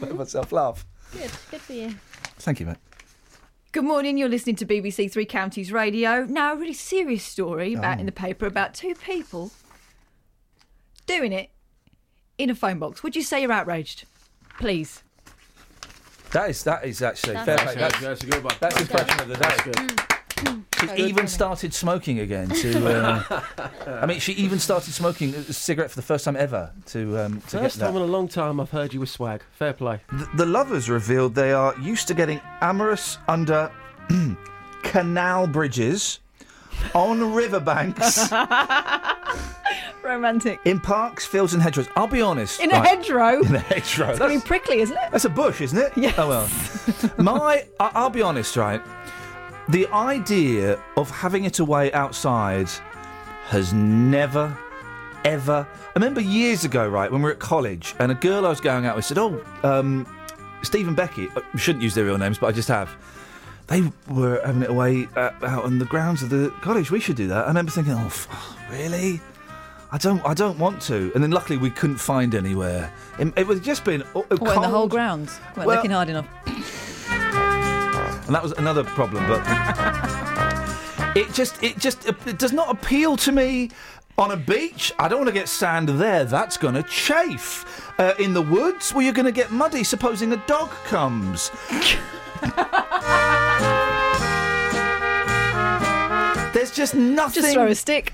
Speaker 3: Let myself laugh.
Speaker 7: Good, good for you.
Speaker 3: Thank you, mate.
Speaker 5: Good morning. You're listening to BBC Three Counties Radio. Now, a really serious story about in the paper about two people doing it in a phone box. Would you say you're outraged? Please.
Speaker 3: That is that is actually
Speaker 7: That's
Speaker 3: fair play.
Speaker 7: actually-
Speaker 3: That's,
Speaker 12: That's a good one.
Speaker 3: that's his impression of the day. She
Speaker 5: Very good
Speaker 3: even
Speaker 5: morning.
Speaker 3: started smoking again. To uh, I mean, she even started smoking a cigarette for the first time ever. To um, to
Speaker 12: First
Speaker 3: get that.
Speaker 12: time in a long time I've heard you with swag. Fair play.
Speaker 3: Th- The lovers revealed they are used to getting amorous under [clears throat]
Speaker 5: [laughs]
Speaker 3: canal bridges, on riverbanks,
Speaker 5: Romantic.
Speaker 3: In parks, fields, and hedgerows. I'll be honest.
Speaker 5: In a
Speaker 3: [laughs]
Speaker 5: hedgerow?
Speaker 3: In a hedgerow.
Speaker 5: It's going to be prickly, isn't it?
Speaker 3: That's a bush, isn't it?
Speaker 5: [laughs]
Speaker 3: Yeah. Oh well. [laughs] My, I- I'll be honest, right? The idea of having it away outside has never, ever. I remember years ago, right, when we were at college, and a girl I was going out with said, "Oh, um, Steve and Becky." I shouldn't use their real names, but I just have. They were having it away uh, out on the grounds of the college. We should do that. I remember thinking, "Oh, f- really?" I don't, I don't want to. And then luckily we couldn't find anywhere. It, it was just been uh,
Speaker 13: What, in the
Speaker 3: cold.
Speaker 13: whole grounds? Weren't
Speaker 3: Well-
Speaker 13: looking hard enough.
Speaker 3: and that was another problem. But it just, it just, it does not appeal to me. On a beach, I don't want to get sand there. That's going to chafe. Uh, in the woods, well, you're going to get muddy. Supposing a dog comes. There's just nothing.
Speaker 5: Just throw a stick.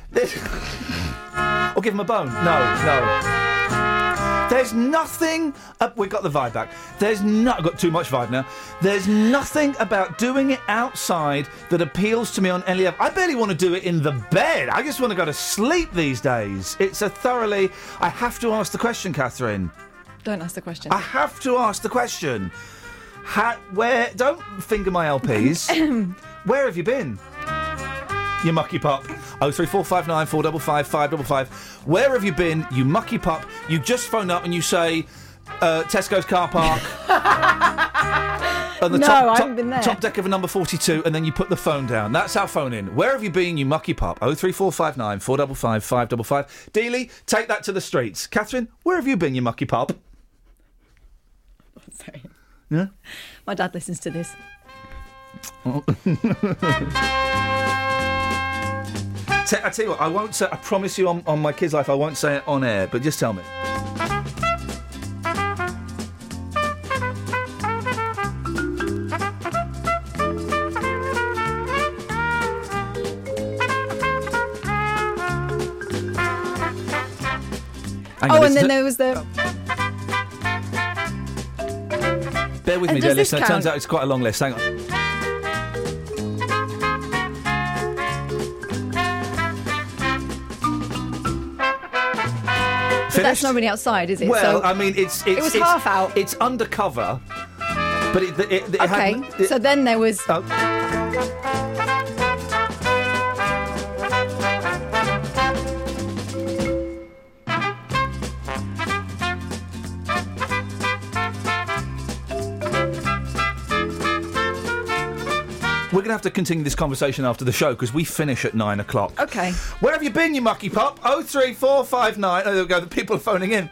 Speaker 3: Or give him a bone. No, no. There's nothing. Uh, we got the vibe back. There's not. I've got too much vibe now. There's nothing about doing it outside that appeals to me on any level. I barely want to do it in the bed. I just want to go to sleep these days. It's a thoroughly. I have to ask the question, Catherine.
Speaker 13: Don't ask the question.
Speaker 3: I have to ask the question. Ha where? Don't finger my
Speaker 5: [coughs]
Speaker 3: LPs. where have you been? You mucky pup. Oh three four five nine four double five five double five. Where have you been? You mucky pup. You just phone up and you say uh, Tesco's car
Speaker 5: [laughs]
Speaker 3: park. on
Speaker 5: No, I
Speaker 3: top,
Speaker 5: haven't
Speaker 3: top-
Speaker 5: been there.
Speaker 3: top deck of a number 42, and then you put the phone down. That's our phone in. Where have you been, you mucky pup? Oh, 03459 455 555. Dealey, take that to the streets. Catherine, where have you been, you mucky pup?
Speaker 13: Sorry.
Speaker 3: Yeah?
Speaker 13: My dad listens to this.
Speaker 3: Oh. T- I tell you what, I won't say. I promise you, on, on my kid's life, I won't say it on air. But just tell me. Hang on,
Speaker 13: oh, and
Speaker 3: listen
Speaker 13: then
Speaker 3: to-
Speaker 13: there was the.
Speaker 3: Bear with
Speaker 13: And
Speaker 3: me,
Speaker 13: does
Speaker 3: dear
Speaker 13: this
Speaker 3: listener. It turns
Speaker 13: count?
Speaker 3: out it's quite a long list. Hang on.
Speaker 13: But
Speaker 3: Finished?
Speaker 13: that's not really outside, is it?
Speaker 3: Well,
Speaker 13: so,
Speaker 3: I mean, it's, it's
Speaker 13: it was
Speaker 3: it's-
Speaker 13: half out.
Speaker 3: It's undercover, but it, it, it, it
Speaker 13: okay.
Speaker 3: had, Oh.
Speaker 13: so then there was.
Speaker 3: We're going to have to continue this conversation after the show because we finish at nine o'clock.
Speaker 5: Okay.
Speaker 3: Where have you been, you mucky pup? 03459. Oh, there we go. The people are phoning in.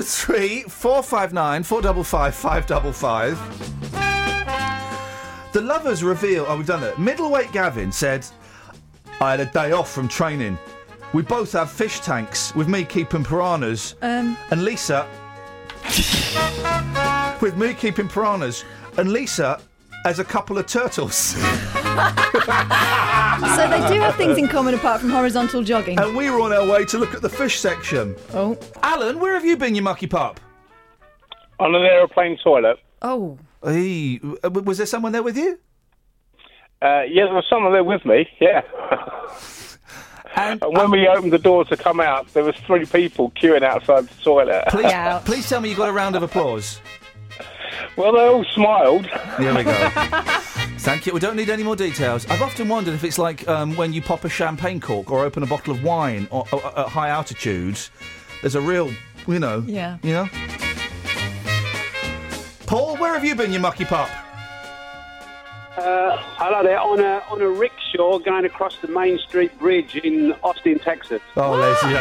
Speaker 3: 03459 455 555. The lovers reveal. Oh, we've done it. Middleweight Gavin said, I had a day off from training. We both have fish tanks, with me keeping piranhas.
Speaker 13: Um.
Speaker 3: And Lisa. [laughs] with me keeping piranhas. And Lisa as a couple of turtles. [laughs]
Speaker 13: so they do have things in common apart from horizontal jogging.
Speaker 3: And we were on our way to look at the fish section.
Speaker 13: Oh.
Speaker 3: Alan, where have you been, you mucky pup?
Speaker 14: On an aeroplane toilet.
Speaker 13: Oh.
Speaker 3: Hey, w- was there someone there with you?
Speaker 14: Uh, yeah, there was someone there with me, yeah.
Speaker 3: And,
Speaker 14: when we opened the door to come out, there was three people queuing outside the toilet.
Speaker 3: Please, please tell me you got a round of applause.
Speaker 14: Well, they all smiled.
Speaker 3: There
Speaker 13: [laughs]
Speaker 3: we go. Thank you. We don't need any more details. I've often wondered if it's like um, when you pop a champagne cork or open a bottle of wine or, or, at high altitudes. There's a real, you know.
Speaker 13: Yeah.
Speaker 3: You know. Paul, where have you been, you mucky pup?
Speaker 15: Uh, hello there. On a on a rickshaw going across the Main Street Bridge in Austin, Texas.
Speaker 3: Oh, ladies and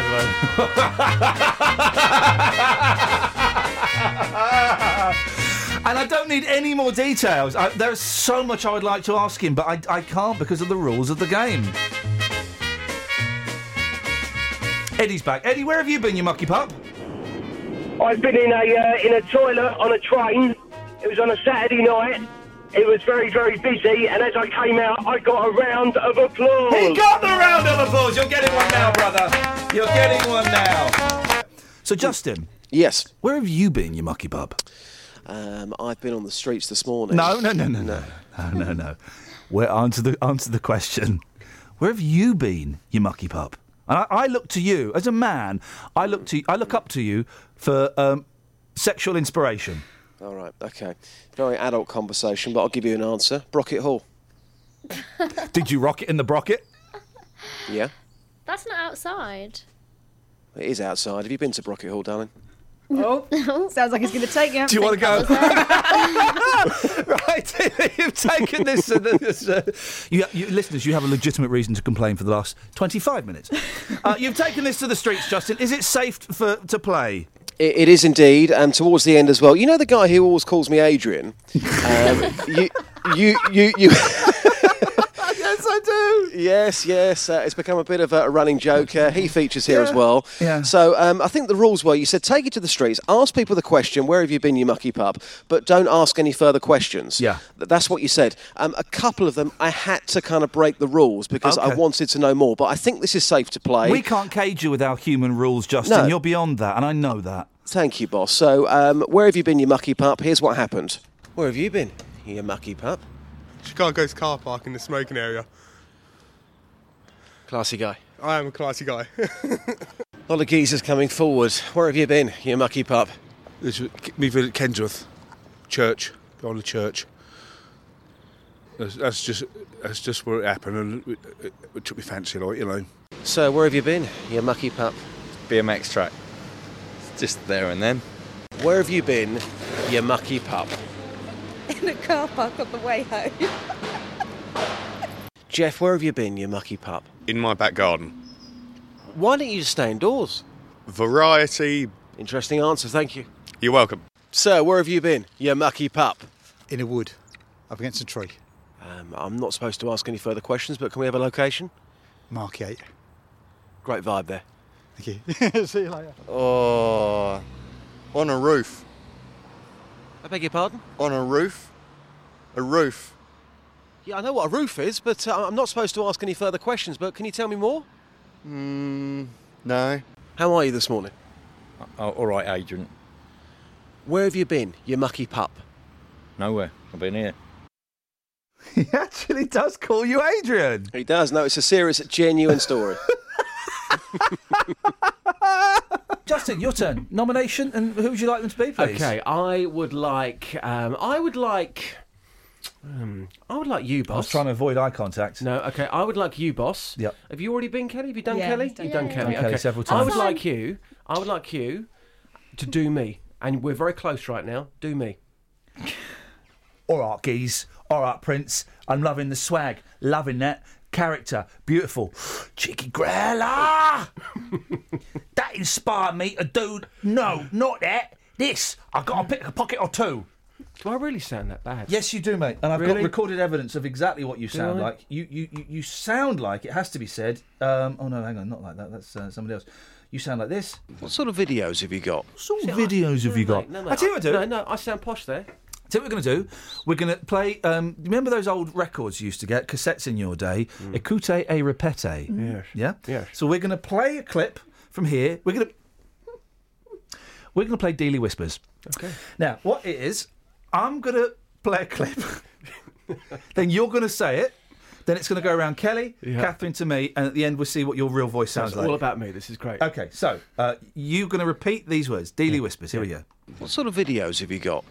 Speaker 3: gentlemen. [laughs] And I don't need any more details. I, there's so much I would like to ask him, but I, I can't because of the rules of the game. Eddie's back. Eddie, where have you been, you mucky pup?
Speaker 16: I've been in a uh, in a toilet on a train. It was on a Saturday night. It was very very busy, and as I came out, I got a round of applause.
Speaker 3: He got the round of applause. You're getting one now, brother. You're getting one now. So, Justin.
Speaker 17: Yes.
Speaker 3: Where have you been, you mucky bub?
Speaker 17: Um, I've been on the streets this morning.
Speaker 3: No, no, no, no, no, no, no, no. Where answer the answer the question? Where have you been, you mucky pup? And I, I look to you as a man. I look to I look up to you for um, sexual inspiration.
Speaker 4: All right, okay. Very adult conversation, but I'll give you an answer. Brockett Hall.
Speaker 3: Did you rock it in the brocket?
Speaker 4: Yeah,
Speaker 7: That's not outside.
Speaker 4: it is outside. Have you been to Brockett Hall, darling?
Speaker 13: [laughs]
Speaker 18: Oh, sounds like it's going to take you.
Speaker 3: Do you want to go? [laughs] right, you've taken this. Uh, this uh, you, you, listeners, you have a legitimate reason to complain for the last 25 minutes. Uh, you've taken this to the streets, Justin. Is it safe for, to play?
Speaker 4: It, it is indeed, and towards the end as well. You know the guy who always calls
Speaker 12: [laughs]
Speaker 4: me Adrian. Um, you, you, you, you.
Speaker 3: yes, I do.
Speaker 4: Yes, yes. Uh, it's become a bit of a running joke. Uh, he features here as
Speaker 3: Yeah.
Speaker 4: well.
Speaker 3: Yeah.
Speaker 4: So um, I think the rules were: you said take it to the streets, ask people the question, "Where have you been, you mucky pup?" But don't ask any further questions. Yeah. That's what you said. Um, a couple of them, I had to kind of break the rules because I
Speaker 3: Okay.
Speaker 4: wanted to know more. But I think this is safe to play.
Speaker 3: We can't cage you with our human rules, Justin.
Speaker 4: No.
Speaker 3: You're beyond that, and I know that.
Speaker 4: Thank you, boss. So, um, where have you been, you mucky pup? Here's what happened. Where have you been, you mucky pup?
Speaker 10: Chicago's car park in the smoking area.
Speaker 4: Classy guy.
Speaker 10: I am a classy guy. [laughs]
Speaker 4: A lot of geezers coming forward. Where have you been, you mucky pup?
Speaker 10: We've been at Kensworth Church, behind the church. That's, that's just that's just where it happened, and it, it, it took me fancy, like you know.
Speaker 4: So, where have you been, you mucky pup?
Speaker 19: BMX track. It's just there and then.
Speaker 4: Where have you been, you mucky pup?
Speaker 20: [laughs] in a car park on the way home.
Speaker 4: [laughs] Jeff, where have you been, you mucky pup?
Speaker 11: In my back garden.
Speaker 4: Why don't you just stay indoors?
Speaker 11: Variety.
Speaker 4: Interesting answer, thank you.
Speaker 11: You're welcome.
Speaker 4: Sir, where have you been, you mucky pup?
Speaker 21: In a wood, up against a tree.
Speaker 4: Um, I'm not supposed to ask any further questions, but can we have a location?
Speaker 21: Mark 8.
Speaker 4: Great vibe there.
Speaker 21: Thank you. See you later.
Speaker 19: Oh, on a roof.
Speaker 4: I beg your pardon?
Speaker 19: On a roof. A roof.
Speaker 4: Yeah, I know what a roof is, but uh, I'm not supposed to ask any further questions, but can you tell me more?
Speaker 19: Mm, no.
Speaker 4: How are you this morning?
Speaker 3: Uh,
Speaker 19: Oh, all right, Adrian.
Speaker 4: Where have you been, you mucky pup?
Speaker 19: Nowhere. I've been here.
Speaker 3: [laughs] He actually does call you Adrian.
Speaker 4: He does. No, it's a serious,
Speaker 19: [laughs]
Speaker 4: genuine story.
Speaker 3: Justin, your turn. Nomination, and who would you like them to be, please?
Speaker 22: Okay, I would like. Um, I would like. Um, I would like you, boss.
Speaker 3: I was trying to avoid eye contact.
Speaker 22: No, okay. I would like you, boss.
Speaker 3: Yep.
Speaker 22: Have you already been Kelly? Have you done
Speaker 3: Yeah,
Speaker 22: Kelly?
Speaker 3: he's done
Speaker 22: You've done
Speaker 3: Kelly.
Speaker 22: Kelly.
Speaker 3: Done Kelly
Speaker 22: okay.
Speaker 3: several
Speaker 22: I
Speaker 3: times.
Speaker 22: would like you. I would like you to do me, and we're very close right now. Do me.
Speaker 3: All right, geez. All right, Prince. I'm loving the swag, loving that character. Beautiful. [gasps] Cheeky grella. [laughs] that inspired me to do. No, not that. This. I've got to pick a pocket or two.
Speaker 22: Do I really sound that bad?
Speaker 3: Yes, you do, mate. And I've got
Speaker 22: Really?
Speaker 3: recorded evidence of exactly what you
Speaker 22: Do
Speaker 3: sound
Speaker 22: I?
Speaker 3: like. You, you, you- you sound like, it has to be said. Um, oh, no, hang on. Not like that. That's uh, somebody else. You sound like this.
Speaker 4: What sort of videos have you got? What
Speaker 3: sort of videos have you got?
Speaker 22: No,
Speaker 3: I tell you what I do.
Speaker 22: No, no. I sound posh there.
Speaker 3: So what we're going to do, we're going to play. Um, remember those old records you used to get, cassettes in your day? Écoutez et répétez.
Speaker 22: Mm. Yes.
Speaker 3: Yeah.
Speaker 22: Mm. Yes.
Speaker 3: So we're going to play a clip from here. We're going to we're going to play Dealey Whispers.
Speaker 22: Okay.
Speaker 3: Now, what it is, I'm going to play
Speaker 22: [laughs]
Speaker 3: a clip. then you're going to say it. Then it's going to go around Kelly, Catherine to me, and at the end we'll see what your real voice sounds
Speaker 22: Sounds
Speaker 3: like.
Speaker 22: all about me. This is great.
Speaker 3: Okay, so uh, you're going to repeat these words, Dealey Whispers. Here we go.
Speaker 4: What sort of videos have you got?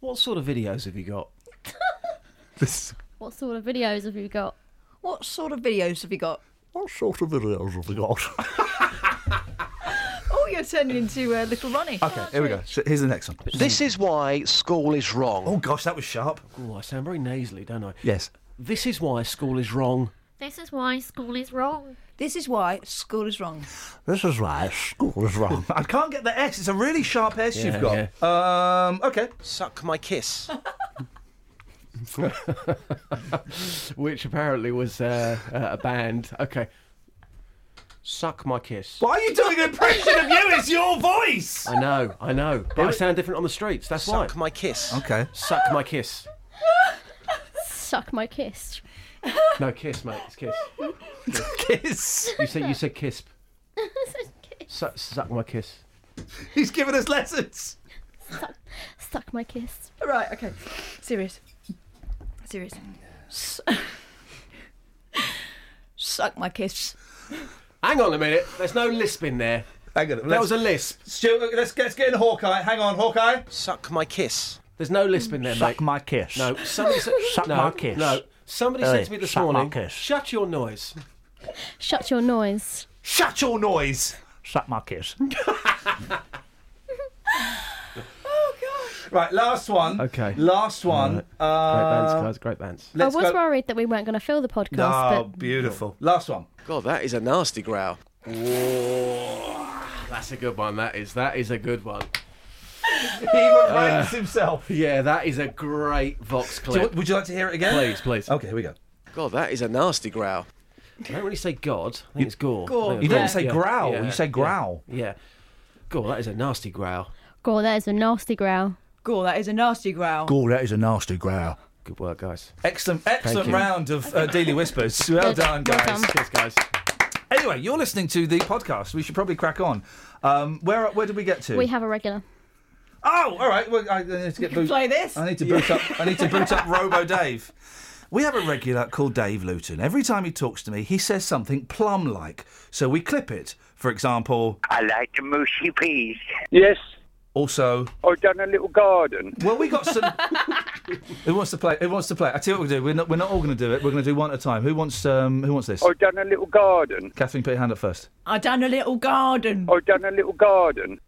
Speaker 22: What sort of videos have you got?
Speaker 7: What sort of videos have you got?
Speaker 5: What sort of videos have you got?
Speaker 3: sort of videos have we got?
Speaker 13: [laughs]
Speaker 5: Oh, you're turning into uh, little Ronnie.
Speaker 3: Okay, here we go. So here's the next one.
Speaker 4: This is why school is wrong.
Speaker 3: Oh gosh, that was sharp.
Speaker 22: Oh, I sound very nasally, don't I?
Speaker 3: Yes.
Speaker 22: This is why school is wrong.
Speaker 7: This is why school is wrong.
Speaker 5: This is why school is wrong.
Speaker 3: This is why school is wrong. [laughs] I can't get the S. It's a really sharp S
Speaker 22: Yeah,
Speaker 3: you've got. Um, okay.
Speaker 4: Suck
Speaker 22: [laughs]
Speaker 4: my kiss.
Speaker 22: Which apparently was uh, uh, a band. Okay. Suck my kiss.
Speaker 3: Why are you doing an impression of you? It's your voice.
Speaker 22: I know, I know. But I sound different on the streets. That's why.
Speaker 4: Suck my kiss.
Speaker 3: Okay.
Speaker 22: Suck my kiss.
Speaker 7: Suck my kiss. [laughs]
Speaker 22: No, kiss, mate. It's kiss.
Speaker 3: kiss.
Speaker 22: You said you said kiss. Suck, suck my kiss.
Speaker 3: [laughs] He's giving us lessons.
Speaker 7: Suck my kiss.
Speaker 5: Right, okay. Serious. [laughs] Serious. S- Suck my kiss.
Speaker 4: Hang on a minute. There's no lisp in there.
Speaker 3: Hang on.
Speaker 4: That was a lisp.
Speaker 3: Stuart, let's get, let's get in Hawkeye. Hang on, Hawkeye.
Speaker 4: Suck my kiss. There's no lisp in there,
Speaker 1: Suck
Speaker 4: mate.
Speaker 1: my kiss.
Speaker 4: No. Somebody sa-
Speaker 1: Suck
Speaker 4: no,
Speaker 1: my kiss.
Speaker 4: No. Somebody
Speaker 1: Hey,
Speaker 4: said to me this
Speaker 1: suck my
Speaker 4: morning,
Speaker 1: kiss.
Speaker 4: shut your noise.
Speaker 7: Shut your noise.
Speaker 1: Shut your noise. Suck my kiss.
Speaker 3: Right, last one. Okay. Last one.
Speaker 4: Great
Speaker 3: Uh,
Speaker 4: bands, guys. Great bands.
Speaker 3: Let's
Speaker 7: I was
Speaker 3: go-
Speaker 7: worried that we weren't going to fill the podcast,
Speaker 3: Oh,
Speaker 7: but
Speaker 3: beautiful. Last one. [laughs]
Speaker 17: God, that is a nasty growl.
Speaker 4: That's a good one. That is. That is a good one.
Speaker 3: He even rates himself.
Speaker 4: Yeah, that is a great Vox
Speaker 3: Do you-
Speaker 4: clip.
Speaker 3: would you like to hear it again?
Speaker 4: Please, please.
Speaker 3: Okay, here we go.
Speaker 17: God, that is a nasty growl.
Speaker 4: I don't really say God. I think it's gore.
Speaker 3: Gore.
Speaker 4: I think
Speaker 3: You
Speaker 4: it's
Speaker 3: don't say growl, you say
Speaker 4: yeah,
Speaker 3: growl.
Speaker 4: Yeah. Gore. That is a nasty growl.
Speaker 7: Gore, that is a nasty growl.
Speaker 5: Gore, that is a nasty growl.
Speaker 1: Gore, that is a nasty growl.
Speaker 4: Good work, guys.
Speaker 3: Excellent, excellent
Speaker 4: you.
Speaker 3: round of uh, Daily
Speaker 1: [laughs]
Speaker 3: Whispers. Well
Speaker 4: Good.
Speaker 3: done,
Speaker 4: Well
Speaker 3: guys.
Speaker 4: done. Cheers, guys.
Speaker 3: Anyway, you're listening to the podcast. We should probably crack on. Um, where where did we get to?
Speaker 7: we have a regular. [laughs]
Speaker 3: Oh, all right. Well, I I need to get
Speaker 7: You can
Speaker 3: boot-
Speaker 7: play this.
Speaker 3: I need to
Speaker 7: Yeah.
Speaker 3: boot up. I need to boot
Speaker 7: [laughs]
Speaker 3: up Robo Dave. We have a regular called Dave Luton. Every time he talks to me, he says something plum-like, so we clip it. For example,
Speaker 10: I like the mushy peas.
Speaker 3: yes. Also,
Speaker 10: I've done a little garden.
Speaker 3: Well, we got some. [laughs] who wants to play? Who wants to play? I tell you what we will do. We're not. We're not all going to do it. We're going to do one at a time. Who wants? Um, who wants this?
Speaker 10: I've done a little garden.
Speaker 3: Kathleen, put your hand up first.
Speaker 5: I done a little garden.
Speaker 10: I've done a little garden.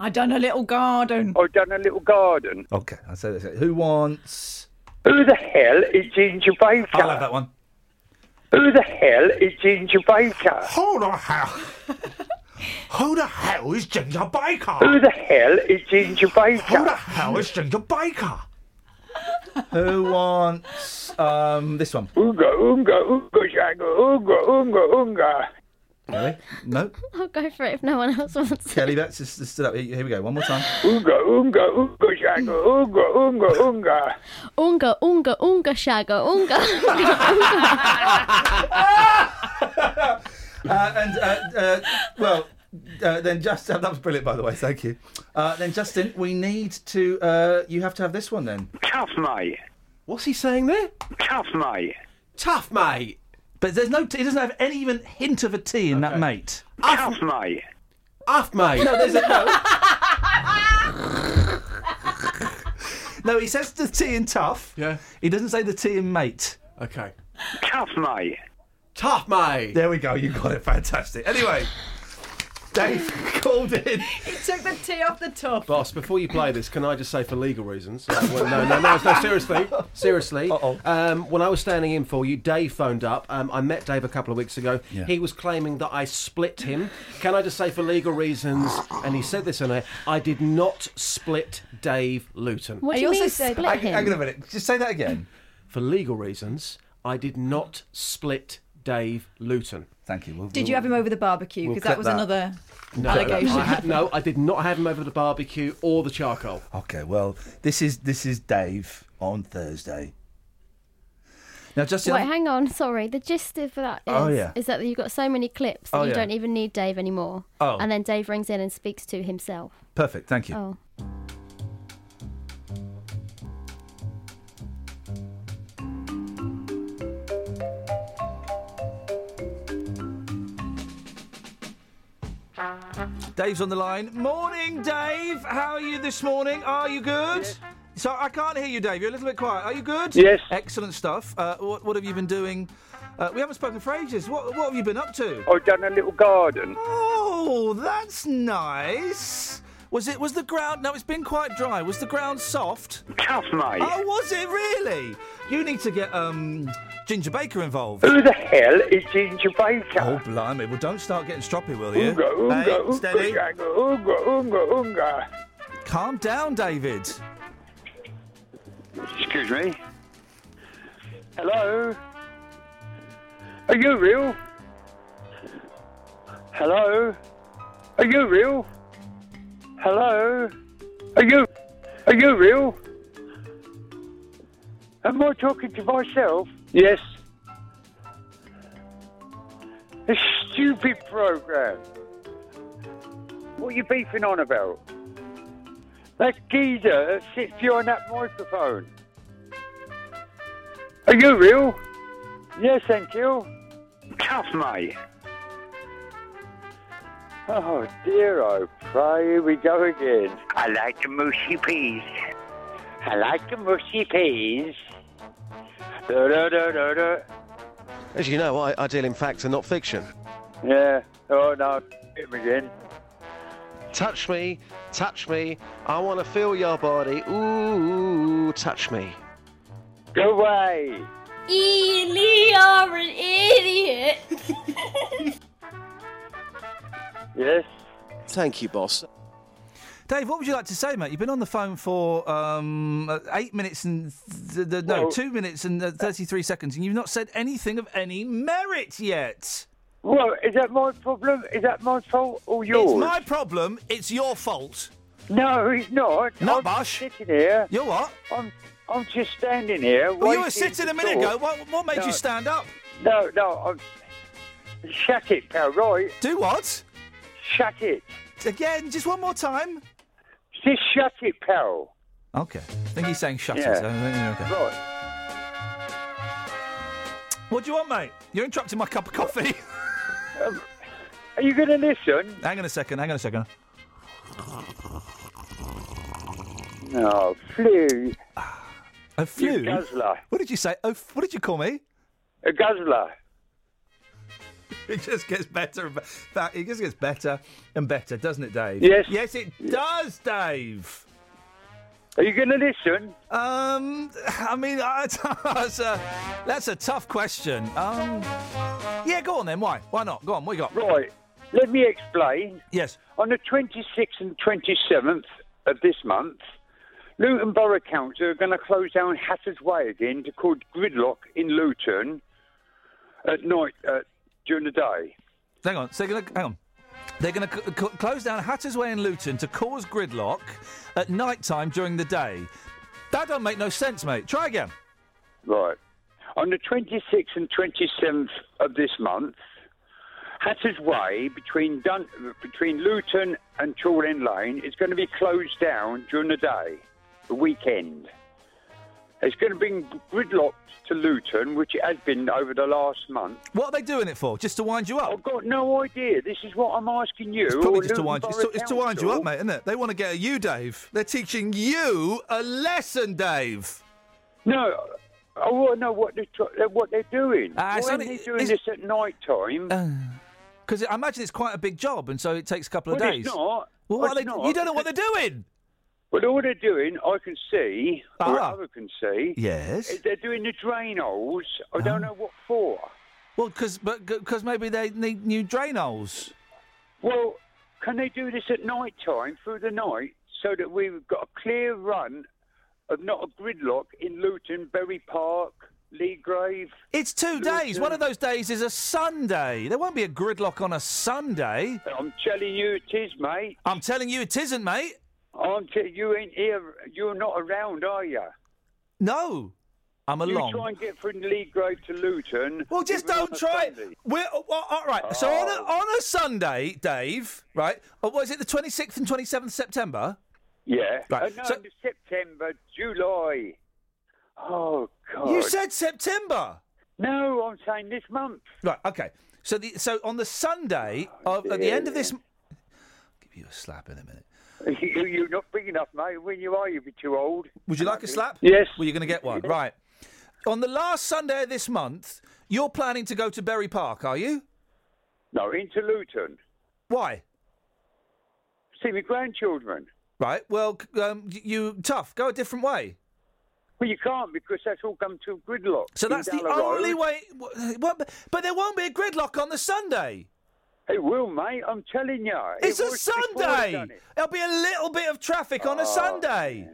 Speaker 5: I done a little garden.
Speaker 10: I've done a little garden.
Speaker 3: Okay, I say this. Who wants?
Speaker 10: Who the hell is Ginger Baker?
Speaker 3: I'll have that one.
Speaker 10: Who the hell is Ginger Baker? Hold on, hell.
Speaker 1: [laughs] Who the hell is Ginger Baker?
Speaker 10: Who the hell is Ginger Baker?
Speaker 1: Who the hell is Ginger Baker?
Speaker 3: Who wants? Um, this one.
Speaker 10: Ooga ooga ooga shaka ooga ooga ooga.
Speaker 3: Kelly? No.
Speaker 7: I'll go for it if no one else wants.
Speaker 3: Kelly, that's just, just stood up. Here here we go. One more time.
Speaker 10: Ooga ooga ooga shaka ooga ooga ooga.
Speaker 7: Unga, unga, unga, shaga, unga,
Speaker 3: [laughs]
Speaker 7: unga,
Speaker 3: Uh, and uh, uh, well, uh, then Justin. [laughs] That was brilliant, by the way. Thank you. Uh, then Justin, we need to. Uh, you have to have this one then.
Speaker 10: Tough mate.
Speaker 4: What's he saying there?
Speaker 10: Tough mate.
Speaker 4: Tough mate.
Speaker 3: But there's no. T- it doesn't have any even hint of a T in that mate.
Speaker 10: Tough mate.
Speaker 4: Off, mate.
Speaker 3: No, there's a no. no, he says the T in tough. Yeah. He doesn't say the T in mate.
Speaker 4: Okay.
Speaker 10: Tough mate.
Speaker 4: Tough mate.
Speaker 3: There we go. You got it. Fantastic. Anyway, [laughs] Dave called in.
Speaker 5: He [laughs] took the tea off the top.
Speaker 4: Boss, before you play this, can I just say for legal reasons? uh, well, no, no, no, no, seriously. Seriously. Um, when I was standing in for you, Dave phoned up. Um, I met Dave a couple of weeks ago.
Speaker 23: Yeah.
Speaker 4: He was claiming that I split him. Can I just say for legal reasons, and he said this in there, I did not split Dave Luton.
Speaker 7: What do you mean split
Speaker 3: hang, hang on a
Speaker 7: him?
Speaker 3: minute. Just say that again.
Speaker 4: For legal reasons, I did not split Dave Luton.
Speaker 3: Thank you.
Speaker 5: Did you have him over the barbecue?
Speaker 4: We'll
Speaker 5: Because
Speaker 4: clip
Speaker 5: that was
Speaker 4: that.
Speaker 5: another
Speaker 4: No,
Speaker 5: allegation.
Speaker 4: I had- no, I did not have him over the barbecue or the charcoal.
Speaker 3: Okay. Well, this is this is Dave on Thursday. Now, Justin.
Speaker 7: Wait, hang on. [laughs] Sorry. The gist of that is,
Speaker 3: um, Oh, yeah.
Speaker 7: is that you've got so many clips that
Speaker 3: Oh,
Speaker 7: you
Speaker 3: yeah.
Speaker 7: don't even need Dave anymore.
Speaker 3: Oh.
Speaker 7: And then Dave rings in and speaks to himself.
Speaker 3: Perfect. Thank you.
Speaker 7: Oh.
Speaker 3: Dave's on the line. Morning, Dave. How are you this morning? Are you good? So I can't hear you, Dave. You're a little bit quiet. Are you good?
Speaker 10: Yes.
Speaker 3: Excellent stuff. Uh, what, what have you been doing? Uh, we haven't spoken for ages. What, what have you been up to?
Speaker 10: I've done a little garden.
Speaker 3: Oh, that's nice. Was it? Was the ground? No, it's been quite dry. Was the ground soft?
Speaker 10: Tough mate.
Speaker 3: Oh, was it really? You need to get um, Ginger Baker involved.
Speaker 10: Who the hell is Ginger Baker?
Speaker 3: Oh, blimey! Well, don't start getting stroppy, will you?
Speaker 10: Ooga
Speaker 3: Hey,
Speaker 10: ooga ooga
Speaker 3: steady.
Speaker 10: shaka ooga ooga ooga.
Speaker 3: Calm down, David.
Speaker 10: Excuse me. Hello? Are you real? Hello? Are you real? Hello? Are you are you real? Am I talking to myself? Yes. A stupid program. What are you beefing on about? That geezer that sits behind that microphone. Are you real? Yes, thank you. Tough mate. Oh dear, oh pray, here we go again. I like the mushy peas. I like the mushy peas. Da, da, da, da, da.
Speaker 17: As you know, I, I deal in fact and not fiction.
Speaker 10: Yeah, oh no, hit him again.
Speaker 17: Touch me, touch me. I want to feel your body. Ooh, touch me.
Speaker 10: Go away.
Speaker 8: Ely, you're an idiot.
Speaker 10: Yes.
Speaker 17: Thank you, boss.
Speaker 3: Dave, what would you like to say, mate? You've been on the phone for um, uh, eight minutes and th- th- th- no,
Speaker 10: Well-
Speaker 3: two minutes and uh, thirty-three seconds, and you've not said anything of any merit yet.
Speaker 10: Well, is that my problem? Is that my fault or yours?
Speaker 3: It's my problem. It's your fault.
Speaker 10: No, it's not.
Speaker 3: Not
Speaker 10: I'm
Speaker 3: Bosh.
Speaker 10: sitting here.
Speaker 3: You're what?
Speaker 10: I'm I'm just standing here.
Speaker 3: Well, you were
Speaker 10: waiting
Speaker 3: sitting
Speaker 10: to
Speaker 3: a minute
Speaker 10: talk.
Speaker 3: ago. What, what made
Speaker 10: No.
Speaker 3: you stand up?
Speaker 10: No, no. I'm... Shut it, pal. Right.
Speaker 3: Do what?
Speaker 10: Shut it.
Speaker 3: Again, just one more time.
Speaker 10: Just shut it, pal.
Speaker 3: Okay. I think he's saying shut
Speaker 10: Yeah.
Speaker 3: it. So I think you're okay.
Speaker 10: Right.
Speaker 3: What do you want, mate? You're interrupting my cup of coffee. [laughs]
Speaker 10: Are you going to listen?
Speaker 3: Hang on a second. Hang on a second.
Speaker 10: No, flu.
Speaker 3: A flu.
Speaker 10: guzzler.
Speaker 3: What did you say? Oh, f- what did you call me? [laughs]
Speaker 10: A guzzler.
Speaker 3: It just gets better. and be- That it just gets better and better, doesn't it, Dave?
Speaker 10: Yes.
Speaker 3: Yes, it does, Dave.
Speaker 10: Are you going to listen?
Speaker 3: Um, I mean, [laughs] I, that's, a, that's a tough question. Um, yeah, go on then. Why? Why not? Go on. What you got?
Speaker 10: Right. Let me explain.
Speaker 3: Yes.
Speaker 10: On the 26th and 27th of this month, Luton Borough Council are going to close down Hatter's Way again to cause gridlock in Luton at night uh, during the day.
Speaker 3: Hang on. So they're gonna, hang on. They're going to c- c- close down Hatter's Way in Luton to cause gridlock at night time during the day. That don't make no sense, mate. Try again.
Speaker 10: Right. On the 26th and 27th of this month, Hatter's Way between Dun- between Luton and Chorley Lane is going to be closed down during the day, the weekend. It's going to bring gridlock to Luton, which it has been over the last month.
Speaker 3: What are they doing it for? Just to wind you up?
Speaker 10: I've got no idea. This is what I'm asking Oh, you.
Speaker 3: Oh. It's probably
Speaker 10: or
Speaker 3: just to
Speaker 10: Luton
Speaker 3: wind you. It's
Speaker 10: Borough
Speaker 3: to, it's to wind you
Speaker 10: Council.
Speaker 3: up, mate, isn't it? They want to get at you, Dave. They're teaching you a lesson, Dave.
Speaker 10: No, I want to know what they're, tr- what they're doing.
Speaker 3: Ah, it's
Speaker 10: Why are
Speaker 3: only-
Speaker 10: they doing
Speaker 3: it's-
Speaker 10: this at night time?
Speaker 3: Because I imagine it's quite a big job, and so it takes a couple of
Speaker 10: Well,
Speaker 3: days.
Speaker 10: it's not.
Speaker 3: Well, what
Speaker 10: It's
Speaker 3: are they,
Speaker 10: not.
Speaker 3: you don't know what they're
Speaker 10: [laughs]
Speaker 3: doing.
Speaker 10: Well, all they're doing, I can see, or
Speaker 3: Ah.
Speaker 10: other can see.
Speaker 3: Yes. Ah.
Speaker 10: is They're doing the drain holes. I don't know what for.
Speaker 3: Well, because because maybe they need new drain holes.
Speaker 10: Well, can they do this at night time, through the night, so that we've got a clear run of not a gridlock in Luton, Berry Park, Lee Grave?
Speaker 3: It's two days. One of those days is a Sunday. There won't be a gridlock on a Sunday.
Speaker 10: I'm telling you it is, mate.
Speaker 3: I'm telling you it isn't, mate.
Speaker 10: I'm t- you ain't here. You're not around, are you?
Speaker 3: No, I'm along.
Speaker 10: You try and get from Lee Grove to Luton.
Speaker 3: Well, just
Speaker 10: even on
Speaker 3: don't
Speaker 10: a
Speaker 3: try.
Speaker 10: Sunday. Oh.
Speaker 3: We're, oh, well, all right. So on a, on a Sunday, Dave, right? Or was it the 26th and 27th September?
Speaker 10: Yeah.
Speaker 3: Right.
Speaker 10: Oh, no,
Speaker 3: so-
Speaker 10: September, July. Oh God.
Speaker 3: You said September.
Speaker 10: No, I'm saying this month. [laughs]
Speaker 3: Right. Okay. So the so on the Sunday
Speaker 10: Oh,
Speaker 3: of, at the end of this. m- I'll give you a slap in a minute.
Speaker 10: you, you're not big enough, mate. When you are, you'll be too old.
Speaker 3: Would you like a slap?
Speaker 10: Yes.
Speaker 3: Well, you're going to get one. Right. On the last Sunday of this month, you're planning to go to Berry Park, are you?
Speaker 10: No, into Luton.
Speaker 3: Why?
Speaker 10: See my grandchildren.
Speaker 3: Right. Well, c- um, y- you tough. Go a different way.
Speaker 10: Well, you can't because that's all come to a gridlock.
Speaker 3: So
Speaker 10: in
Speaker 3: that's the
Speaker 10: Dalla Road.
Speaker 3: only way. w- Well, but- but there won't be a gridlock on the Sunday.
Speaker 10: It will, mate. I'm telling you. It
Speaker 3: It's a
Speaker 10: was before I done
Speaker 3: Sunday.
Speaker 10: it.
Speaker 3: There'll be a little bit of traffic on a
Speaker 10: Oh,
Speaker 3: Sunday.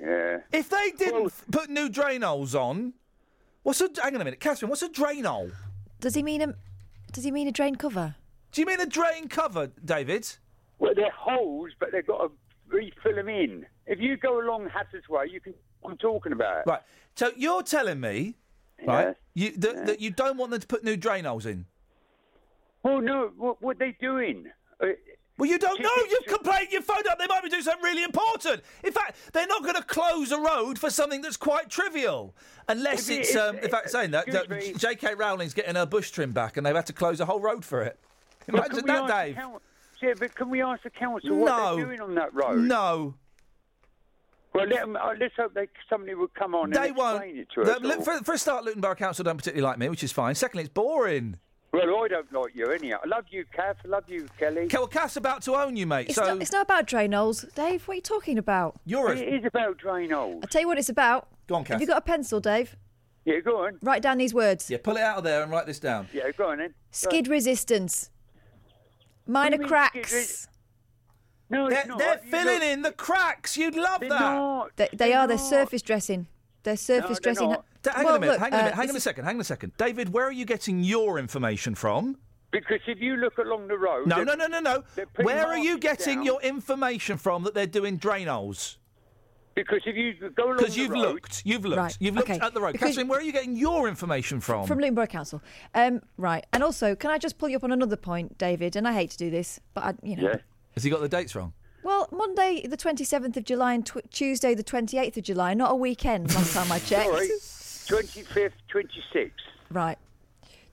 Speaker 10: Yeah.
Speaker 3: If they didn't f- put new drain holes on, what's a hang on a minute, Catherine? What's a drain hole?
Speaker 13: Does he mean a? Does he mean a drain cover?
Speaker 3: Do you mean a drain cover, David?
Speaker 10: Well, they're holes, but they've got to refill them in. If you go along Hatter's Way, you can. I'm talking about.
Speaker 3: Right. So you're telling me, right, you, that, that you don't want them to put new drain holes in.
Speaker 10: Well, no. What what are they doing? Uh,
Speaker 3: Well, you don't know. You've complained. You phoned up. They might be doing something really important. In fact, they're not going to close a road for something that's quite trivial, unless
Speaker 10: If it-
Speaker 3: it's.
Speaker 10: if-
Speaker 3: um, in fact, saying that,
Speaker 10: excuse
Speaker 3: that
Speaker 10: me.
Speaker 3: J.K. Rowling's getting her bush trim back, and they've had to close a whole road for it.
Speaker 10: Well,
Speaker 3: Imagine
Speaker 10: can we
Speaker 3: that,
Speaker 10: ask the
Speaker 3: Dave.
Speaker 10: coun- Yeah, but can we ask the council what
Speaker 3: No.
Speaker 10: they're doing on that road?
Speaker 3: No.
Speaker 10: Well, let 'em- uh, let's hope they, somebody will come on
Speaker 3: They
Speaker 10: and
Speaker 3: won't.
Speaker 10: explain it to
Speaker 3: They-
Speaker 10: us.
Speaker 3: look,
Speaker 10: all.
Speaker 3: for, for a start, Luton Borough Council don't particularly like me, which is fine. Secondly, it's boring.
Speaker 10: Well, I don't like you anyhow. I love you, Kath. I love you, Kelly.
Speaker 3: Well, Cass about to own you, mate.
Speaker 13: It's,
Speaker 3: so
Speaker 13: not, it's not about drain holes, Dave. What are you talking about?
Speaker 3: You're a-
Speaker 10: It is about drain holes.
Speaker 13: I tell you what it's about.
Speaker 3: Go on,
Speaker 13: Have
Speaker 3: Cass.
Speaker 13: you got a pencil, Dave?
Speaker 10: Yeah, go on.
Speaker 13: Write down these words.
Speaker 3: yeah, pull it out of there and write this down.
Speaker 10: Yeah, go on then.
Speaker 13: Skid resistance. Minor cracks.
Speaker 10: No,
Speaker 3: they're, they're filling in the cracks. You'd love that.
Speaker 13: They, they are. They're surface dressing. They're surface
Speaker 3: Da-
Speaker 13: dressing.
Speaker 3: Hang
Speaker 13: Well,
Speaker 3: on a minute.
Speaker 13: look,
Speaker 3: hang on a
Speaker 13: uh,
Speaker 3: minute. Hang
Speaker 13: this
Speaker 3: on a
Speaker 13: is-
Speaker 3: second. Hang on a second. David, where are you getting your information from?
Speaker 10: Because if you look along the road.
Speaker 3: No,
Speaker 10: Oh, they're-
Speaker 3: no, no, no, no.
Speaker 10: they're putting
Speaker 3: Where are you
Speaker 10: markers
Speaker 3: getting
Speaker 10: down.
Speaker 3: your information from that they're doing drain holes?
Speaker 10: Because if you go along
Speaker 3: Because
Speaker 10: the
Speaker 3: you've
Speaker 10: road-
Speaker 3: looked. You've looked.
Speaker 13: Right,
Speaker 3: You've looked
Speaker 13: okay.
Speaker 3: at the road.
Speaker 13: Because-
Speaker 3: Catherine, where are you getting your information from?
Speaker 13: From Luton Borough Council. Um, right. And also, can I just pull you up on another point, David? And I hate to do this, but I, you know.
Speaker 3: Has he got the dates wrong?
Speaker 13: Well, Monday the 27th of July and tw- Tuesday the 28th of July, not a weekend last time [laughs] I checked.
Speaker 10: Sorry, 25th, 26th.
Speaker 13: Right.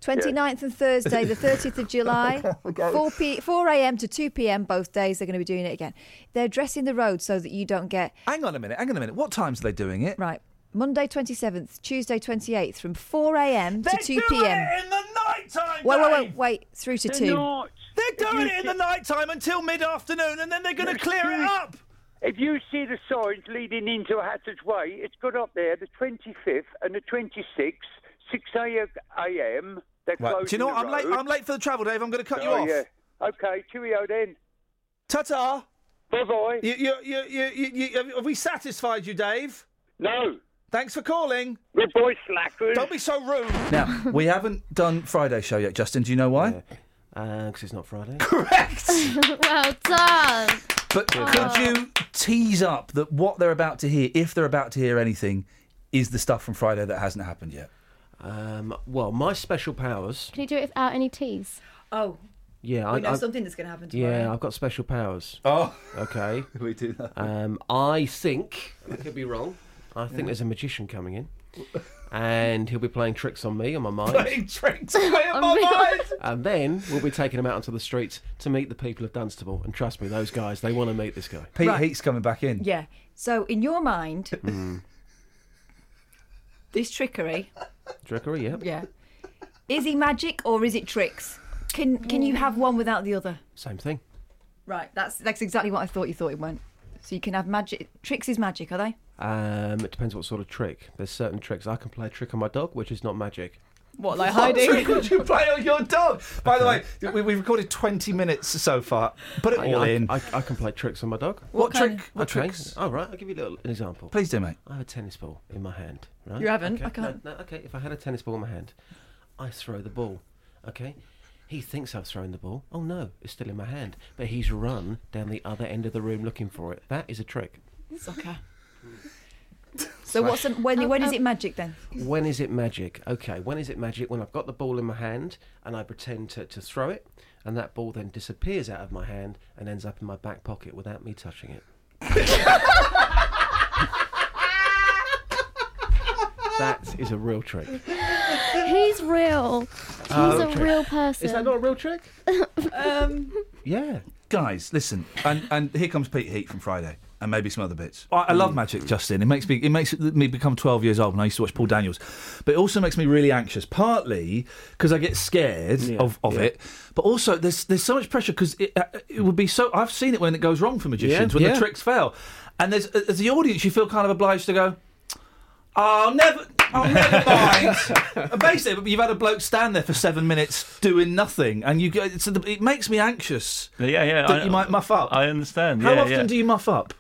Speaker 13: 29th and Thursday, the 30th of
Speaker 3: [laughs]
Speaker 13: July,
Speaker 10: Okay.
Speaker 13: 4 p- 4 a.m. to 2 p.m. both days, they're going to be doing it again. They're dressing the road so that you don't get.
Speaker 3: Hang on a minute. Hang on a minute. What times are they doing it?
Speaker 13: Right. Monday 27th, Tuesday 28th, from 4 a.m. to 2
Speaker 3: doing
Speaker 13: p.m.
Speaker 3: it in the night time!
Speaker 13: Wait, wait, wait, wait, through to
Speaker 3: They're
Speaker 13: 2.
Speaker 10: not.
Speaker 3: They're doing it in the night time until mid afternoon and then they're going to clear it up.
Speaker 10: If you see the signs leading into Hatter's Way, it's got up there the 25th and the 26th, 6 a.m. They're
Speaker 3: Right.
Speaker 10: closing
Speaker 3: Do you know what?
Speaker 10: the
Speaker 3: I'm late.
Speaker 10: road.
Speaker 3: I'm late for the travel, Dave. I'm going to cut you
Speaker 10: Oh,
Speaker 3: off.
Speaker 10: yeah. Okay, cheerio then.
Speaker 3: Ta ta.
Speaker 10: Bye bye.
Speaker 3: You, you, you, you, you, you- have- have we satisfied you, Dave?
Speaker 10: No.
Speaker 3: Thanks for calling.
Speaker 10: Good boy, slackers.
Speaker 3: Don't be so rude. [laughs] Now, we haven't done Friday show yet, Justin. Do you know why?
Speaker 4: Because Uh, it's not Friday.
Speaker 7: [laughs]
Speaker 4: [laughs]
Speaker 7: well done.
Speaker 3: But
Speaker 7: Good.
Speaker 3: could you tease up that what they're about to hear, if they're about to hear anything, is the stuff from Friday that hasn't happened yet?
Speaker 4: Um, well, my special powers.
Speaker 7: Can you do it without any teas?
Speaker 5: Oh,
Speaker 4: Yeah,
Speaker 5: we
Speaker 4: I,
Speaker 5: know
Speaker 4: I-
Speaker 5: something that's going to happen tomorrow.
Speaker 4: Yeah, I've got special powers.
Speaker 3: Oh, [laughs]
Speaker 4: okay.
Speaker 3: we do that.
Speaker 4: Um, I think I could be wrong. I think
Speaker 12: Yeah.
Speaker 4: there's a magician coming in, and he'll be playing tricks on me and my mind.
Speaker 3: Playing tricks
Speaker 12: away
Speaker 5: [laughs]
Speaker 12: in my mind.
Speaker 4: And then we'll be taking him out onto the streets to meet the people of Dunstable. And trust me, those guys, they want to meet this guy.
Speaker 3: Pete Heat's coming back in.
Speaker 5: Yeah. So, in your mind,
Speaker 4: [laughs] Mm.
Speaker 5: this trickery,
Speaker 4: Trickery, yeah.
Speaker 5: yeah, is he magic or is it tricks? Can can you have one without the other?
Speaker 4: Same thing.
Speaker 5: Right. That's that's exactly what I thought you thought it went. So you can have magic. Tricks is magic, are they?
Speaker 4: Um, it depends what sort of trick. There's certain tricks. I can play a trick on my dog, which is not magic.
Speaker 5: What like
Speaker 3: What
Speaker 5: hiding?
Speaker 3: trick would you play on your dog? By the way, we, we've recorded 20 minutes so far. Put it
Speaker 4: I,
Speaker 3: all
Speaker 4: I-
Speaker 3: in.
Speaker 4: I, I can play tricks on my dog.
Speaker 3: What What kind trick- of- what
Speaker 4: okay.
Speaker 3: tricks?
Speaker 4: All right, I'll give you a little, an example.
Speaker 3: Please do, mate.
Speaker 4: I have a tennis ball in my hand. Right?
Speaker 5: You haven't?
Speaker 4: Okay.
Speaker 5: I can't.
Speaker 4: No, no, okay, if I had a tennis ball in my hand, I throw the ball. Okay. He thinks I've thrown the ball. Oh no, it's still in my hand. But he's run down the other end of the room looking for it. That is a trick.
Speaker 5: Soccer. So what's an, when when is
Speaker 3: Um,
Speaker 5: it magic then?
Speaker 4: When is it magic? Okay, when is it magic? When I've got the ball in my hand and I pretend to, to throw it, and that ball then disappears out of my hand and ends up in my back pocket without me touching
Speaker 5: [laughs]
Speaker 4: it. that is a real trick.
Speaker 7: He's real. He's
Speaker 4: Oh,
Speaker 7: a
Speaker 4: okay.
Speaker 7: real person.
Speaker 4: Is that not a real trick?
Speaker 7: um,
Speaker 4: Yeah.
Speaker 3: Guys, listen, and, and here comes Pete Heat from Friday, and maybe some other bits. Mm. I, I love magic, Justin. It makes me it makes me become twelve years old, and I used to watch Paul Daniels, but it also makes me really anxious. Partly because I get scared of, of it, but also there's there's so much pressure because it, uh, it would be so. I've seen it when it goes wrong for magicians
Speaker 12: Yeah,
Speaker 3: when
Speaker 12: yeah.
Speaker 3: the tricks fail, and there's uh, as the audience you feel kind of obliged to go, I'll never. I'll [laughs] never mind. And Basically, you've had a bloke stand there for seven minutes doing nothing, and you go. It's, it makes me anxious.
Speaker 2: Yeah, yeah.
Speaker 3: That you might muff up.
Speaker 2: I understand.
Speaker 3: How
Speaker 2: yeah,
Speaker 3: often
Speaker 2: yeah.
Speaker 3: do you muff up?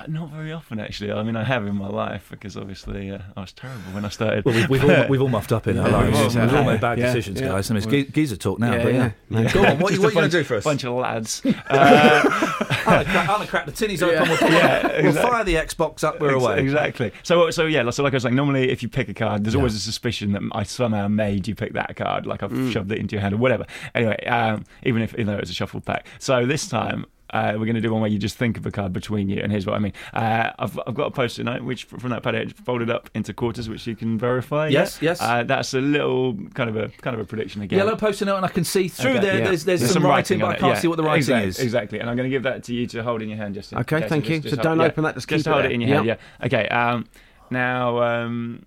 Speaker 2: Uh, Not very often, actually. I mean, I have in my life because obviously uh, I was terrible when I started.
Speaker 10: [laughs]
Speaker 3: Well, we've, we've, all, we've all muffed up in our
Speaker 2: Yeah,
Speaker 3: lives. We've all,
Speaker 2: muffed up.
Speaker 3: made bad
Speaker 2: Yeah,
Speaker 3: decisions,
Speaker 2: yeah.
Speaker 3: guys. I mean, it's
Speaker 2: Well-
Speaker 3: ge- geezer talk now,
Speaker 2: Yeah,
Speaker 3: but yeah.
Speaker 2: yeah. Yeah.
Speaker 3: Go on, what, what
Speaker 2: Just a
Speaker 3: are you going
Speaker 2: bunch-
Speaker 3: to do for us?
Speaker 2: bunch
Speaker 3: [laughs]
Speaker 2: of lads.
Speaker 3: I'll, crack, I'll crack the tinnies open.
Speaker 2: Yeah,
Speaker 3: we'll, pull-
Speaker 2: yeah,
Speaker 3: we'll
Speaker 2: exactly.
Speaker 3: fire the Xbox up. We're
Speaker 2: Ex-
Speaker 3: away.
Speaker 2: Exactly.
Speaker 10: uh,
Speaker 2: So, so yeah. So, like I was saying, normally if you pick a card, there's always a suspicion that I somehow made you pick that
Speaker 3: Mm.
Speaker 2: card, like I've shoved it into your hand or whatever. Anyway, um, even if even though it's a shuffled pack. So this time
Speaker 10: Uh, we're going to do one where you just think of a card between you, and here's what I mean. Uh, I've, I've got a post-it note which from that paddy folded up into quarters, which you can verify.
Speaker 3: Yes,
Speaker 10: yeah?
Speaker 3: yes.
Speaker 10: Uh, that's a little kind of a kind of a prediction again.
Speaker 3: Yellow post-it note, and I can see through
Speaker 10: Okay,
Speaker 3: there.
Speaker 10: yeah.
Speaker 3: There's, there's, some, writing,
Speaker 10: on
Speaker 3: but I
Speaker 10: it,
Speaker 3: can't
Speaker 10: yeah.
Speaker 3: see what the writing
Speaker 10: exactly,
Speaker 3: is.
Speaker 10: Exactly, and I'm going to give that to you to hold in your hand, Justin.
Speaker 4: Okay, thank you. So don't open that, just
Speaker 10: just
Speaker 4: keep it
Speaker 10: hold
Speaker 4: there.
Speaker 10: in your hand.
Speaker 4: Yep.
Speaker 10: Yeah. Okay. Um, now, um,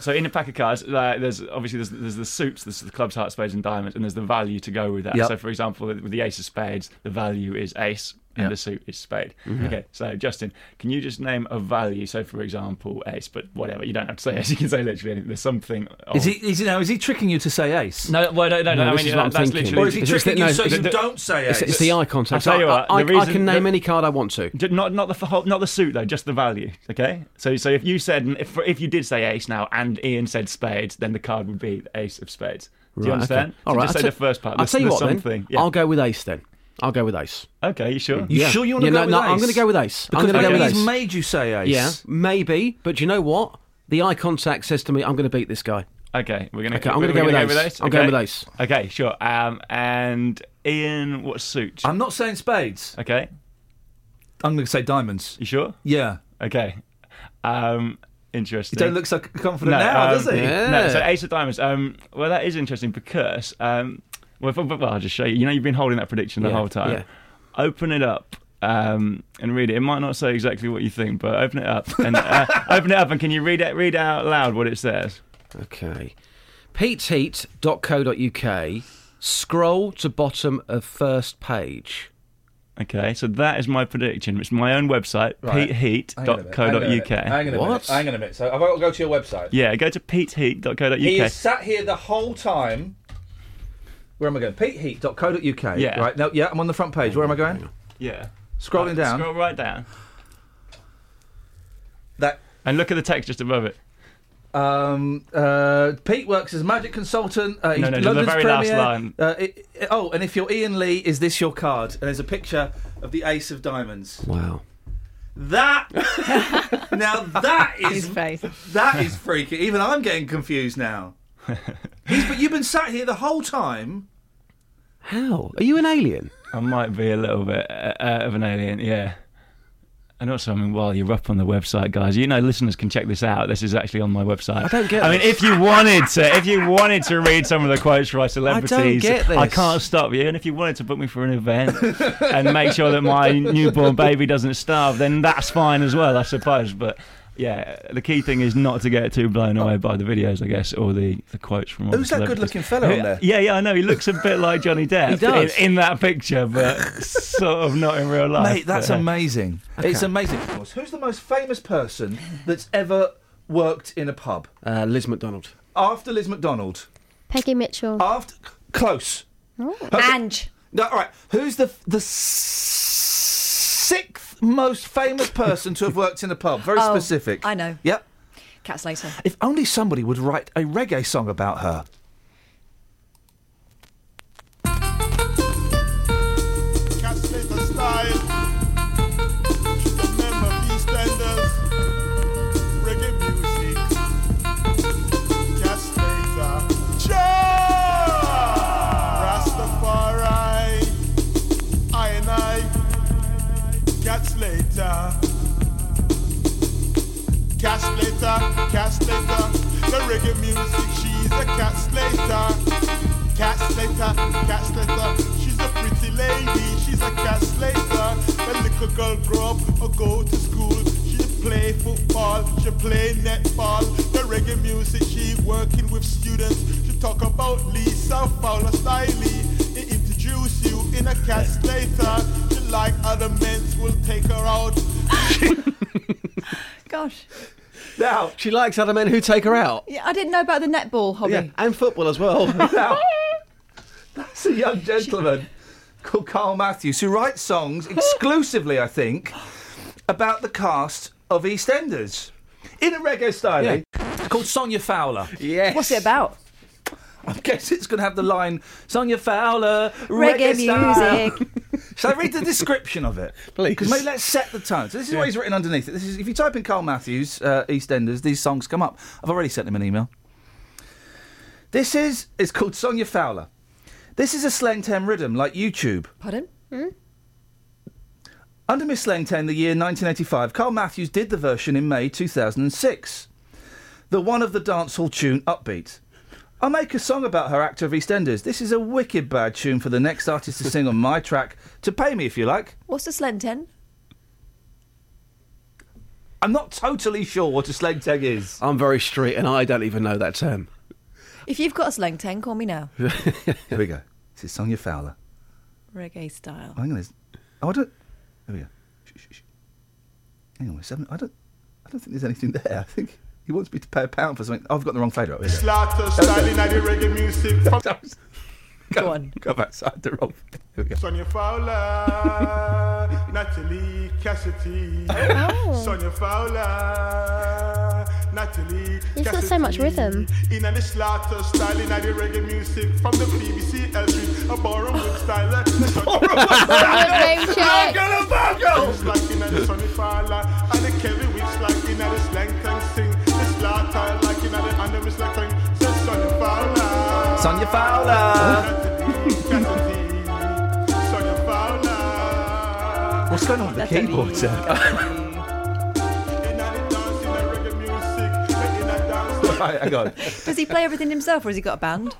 Speaker 10: so in a pack of cards, uh, there's obviously there's, there's the suits, there's the clubs, hearts, spades, and diamonds, and there's the value to go with that.
Speaker 3: Yep.
Speaker 10: So, for example, with the ace of spades, the value is ace, and
Speaker 3: Yep.
Speaker 10: the suit is spade.
Speaker 3: Mhm.
Speaker 10: Okay. So, Justin, can you just name a value? So, for example, ace, but whatever. You don't have to say ace. You can say literally anything. There's something.
Speaker 3: Is he, is he now? Is he tricking you to say ace?
Speaker 10: No, well, no, no, no, I mean, that- that's literally.
Speaker 3: Or is he tricking you so you
Speaker 10: the-
Speaker 3: don't say ace?
Speaker 4: It's, it's the eye contact.
Speaker 10: I'll tell you what,
Speaker 4: I, I,
Speaker 10: the
Speaker 4: I
Speaker 10: reason-
Speaker 4: can name
Speaker 10: the-
Speaker 4: any card I want to.
Speaker 10: Ju- Not not the f- whole- not the suit though, just the value. Okay, so so if you said if if you did say ace now and Ian said spades, then the card would be ace of spades. Do you
Speaker 4: Right,
Speaker 10: understand?
Speaker 4: Okay. All right.
Speaker 10: So just
Speaker 4: I'll
Speaker 10: say the
Speaker 4: t-
Speaker 10: first part.
Speaker 4: I'll
Speaker 10: the-
Speaker 4: tell you
Speaker 10: the
Speaker 4: what
Speaker 10: something.
Speaker 4: then.
Speaker 10: Yeah.
Speaker 4: I'll go with Ace then. I'll go with Ace.
Speaker 10: Okay, you sure?
Speaker 3: You sure you wanna
Speaker 4: Yeah,
Speaker 3: go
Speaker 4: no,
Speaker 3: with
Speaker 4: no,
Speaker 3: Ace?
Speaker 4: I'm going to go with Ace. I'm
Speaker 3: Because
Speaker 4: going to go with
Speaker 3: maybe
Speaker 4: Ace.
Speaker 3: he's made you say Ace.
Speaker 4: Yeah, maybe. But you know what? The eye contact says to me, "I'm going to beat this guy."
Speaker 10: Okay, we're gonna.
Speaker 4: Okay, I'm
Speaker 10: we're
Speaker 4: going to go,
Speaker 10: gonna
Speaker 4: with Ace. I'm going with Ace.
Speaker 10: Okay, sure. Um, and Ian, what suit?
Speaker 3: I'm not saying spades.
Speaker 10: Okay.
Speaker 3: I'm going to say diamonds.
Speaker 10: You sure?
Speaker 3: Yeah.
Speaker 10: Okay. Um, interesting.
Speaker 3: He don't look so c- confident
Speaker 10: No,
Speaker 3: now,
Speaker 10: um,
Speaker 3: does he?
Speaker 4: Uh.
Speaker 10: No. So Ace of Diamonds. Um, well, that is interesting because um, well, if- well, I'll just show you. You know, you've been holding that prediction the
Speaker 4: Yeah,
Speaker 10: whole time.
Speaker 4: yeah.
Speaker 10: Open it up. Um, and read it. It might not say exactly what you think, but open it up and uh, [laughs] open it up. And can you read it? Read out loud what it says.
Speaker 4: Okay. PeteHeat.co.uk. Scroll to bottom of first page.
Speaker 10: Okay, so that is my prediction. It's my own website,
Speaker 3: Right. Hang on a minute, hang on a minute, hang on a minute, Hang
Speaker 10: peteheat.co.uk.
Speaker 3: on a minute. So I've got to go to your website.
Speaker 10: Yeah, go to peteheat.co.uk.
Speaker 3: He has sat here the whole time. Where am I going? PeteHeat.co.uk.
Speaker 10: Yeah.
Speaker 3: Right. No, yeah, I'm on the front page. Where am I going?
Speaker 10: Yeah.
Speaker 3: Scrolling
Speaker 10: Right,
Speaker 3: down.
Speaker 10: Scroll right down.
Speaker 3: That.
Speaker 10: And look at the text just above it.
Speaker 3: Um, uh, Pete works as a magic consultant. Uh, he's
Speaker 10: No, no, no, the
Speaker 3: London's
Speaker 10: very last
Speaker 3: premier.
Speaker 10: line.
Speaker 3: Uh, it- it- oh, and if you're Ian Lee, is this your card? And there's a picture of the Ace of Diamonds.
Speaker 4: Wow.
Speaker 3: That [laughs] now that is that is freaky. Even I'm getting confused
Speaker 10: [laughs]
Speaker 3: now. He's, but you've been sat here the whole time.
Speaker 4: How? Are you an alien?
Speaker 10: I might be a little bit uh, uh, of an alien, yeah. And also, I mean, while you're up on the website, guys, you know, listeners can check this out. This is actually on my website. I
Speaker 4: don't get
Speaker 10: I mean,
Speaker 4: this.
Speaker 10: if you wanted to, if you wanted to read some of the
Speaker 4: [laughs]
Speaker 10: quotes from our celebrities,
Speaker 4: get this.
Speaker 10: I can't stop you. And if you wanted to book me for an
Speaker 11: [laughs]
Speaker 10: event and make sure
Speaker 3: [laughs]
Speaker 10: that my newborn baby doesn't starve, then that's fine as well, I suppose. But yeah, the key thing is not to get too blown away by the videos, I guess, or the, the quotes from. all the
Speaker 3: Who's that
Speaker 10: celebrities.
Speaker 3: good-looking fella on
Speaker 10: Who-
Speaker 3: there?
Speaker 10: Yeah, yeah, I know. He looks a bit like Johnny Depp
Speaker 3: He does.
Speaker 10: In, in that picture, but sort of not in real life.
Speaker 3: Mate, that's
Speaker 10: but, uh,
Speaker 3: amazing.
Speaker 10: Okay.
Speaker 3: It's amazing. Who's the most famous person that's ever worked in a pub?
Speaker 4: Uh, Liz McDonald.
Speaker 3: After Liz McDonald.
Speaker 7: Peggy Mitchell.
Speaker 3: After close. Ange. No, all right. Who's the the sixth most famous person to have worked in a pub? Very
Speaker 5: Oh,
Speaker 3: specific.
Speaker 5: I know.
Speaker 3: Yep.
Speaker 5: Cats later.
Speaker 3: If only somebody would write a reggae song about her.
Speaker 11: Castrator style. She's a member of EastEnders. Reggae music. Castrator. Jah! Rastafari. I and I. Catch later. Catch later, catch later. The reggae music, she's a catch later. Cat Slater,
Speaker 3: Oh.
Speaker 11: Cat Slater, she's a pretty lady, she's a Cat Slater. The little girl grow up or go to school, she play football, she play netball. The reggae music, she working with students. She talk about Lisa Fowler Stiley, it introduce you in a Cat Slater. She like other men's will take her out.
Speaker 5: Gosh.
Speaker 3: Now
Speaker 4: she likes other men who take her out.
Speaker 5: Yeah, I didn't know about the netball hobby.
Speaker 4: Yeah, and football as well. [laughs]
Speaker 3: now, [laughs] that's a young gentleman called Carl Matthews who writes songs exclusively, I think, about the cast of EastEnders in a reggae style.
Speaker 4: Yeah.
Speaker 3: It's called Sonia Fowler.
Speaker 4: Yes.
Speaker 5: What's it about?
Speaker 3: I guess it's going to have the line Sonia Fowler,
Speaker 5: Reggae
Speaker 3: reggae, style."
Speaker 5: music.
Speaker 3: [laughs] Shall I read the description of it? Please. Because maybe let's set the tone. So this is what he's written underneath it. This is if you type in Carl Matthews, uh, EastEnders, these songs come up. I've already sent him an email. This is it's called Sonia Fowler. This is a slang term rhythm like YouTube.
Speaker 5: Pardon?
Speaker 3: Under Miss Langton, the year 1985, Carl Matthews did the version in May 2006. The one of the dancehall tune Upbeat. I make a song about her actor of EastEnders. This is a wicked bad tune for the next artist to sing on my track to pay me if you like.
Speaker 5: What's the Slenten?
Speaker 3: I'm not totally sure what a slengteg is.
Speaker 11: I'm very street, and I don't even know that term.
Speaker 5: If you've got a Slenten, call me now.
Speaker 3: [laughs] Here we go. This is Sonia Fowler.
Speaker 5: Reggae style.
Speaker 3: Oh, hang on, there's- oh, I don't. There we go. Shh, shh, shh. Hang on, seven. I don't. I don't think there's anything there. I think he wants me to pay a pound for something. I've got the wrong fader up. Here we go.
Speaker 10: Slaughter style in the reggae
Speaker 3: [laughs]
Speaker 10: music from
Speaker 3: Go on. Go outside the rope. Here we go.
Speaker 10: Sonia Fowler, Natalie Cassidy.
Speaker 7: [laughs] Oh.
Speaker 10: Sonia Fowler, Natalie
Speaker 7: You've got so much rhythm.
Speaker 10: In the slaughter style, in the reggae music from the BBC Elvis, a ballroom with style.
Speaker 7: [laughs]
Speaker 10: a ballroom with
Speaker 7: Name
Speaker 3: [laughs]
Speaker 7: check.
Speaker 10: Bagel, bagel. It's like in the Sonia Fowler, and the Kevin Weeks like in the Slank Sing. The slaughter like in the under Miss Langton, so Sonia Fowler.
Speaker 3: Sonia Fowler. What's going on with the keyboard, sir? right, [laughs] hang on.
Speaker 5: Does he play everything himself or has he got a band?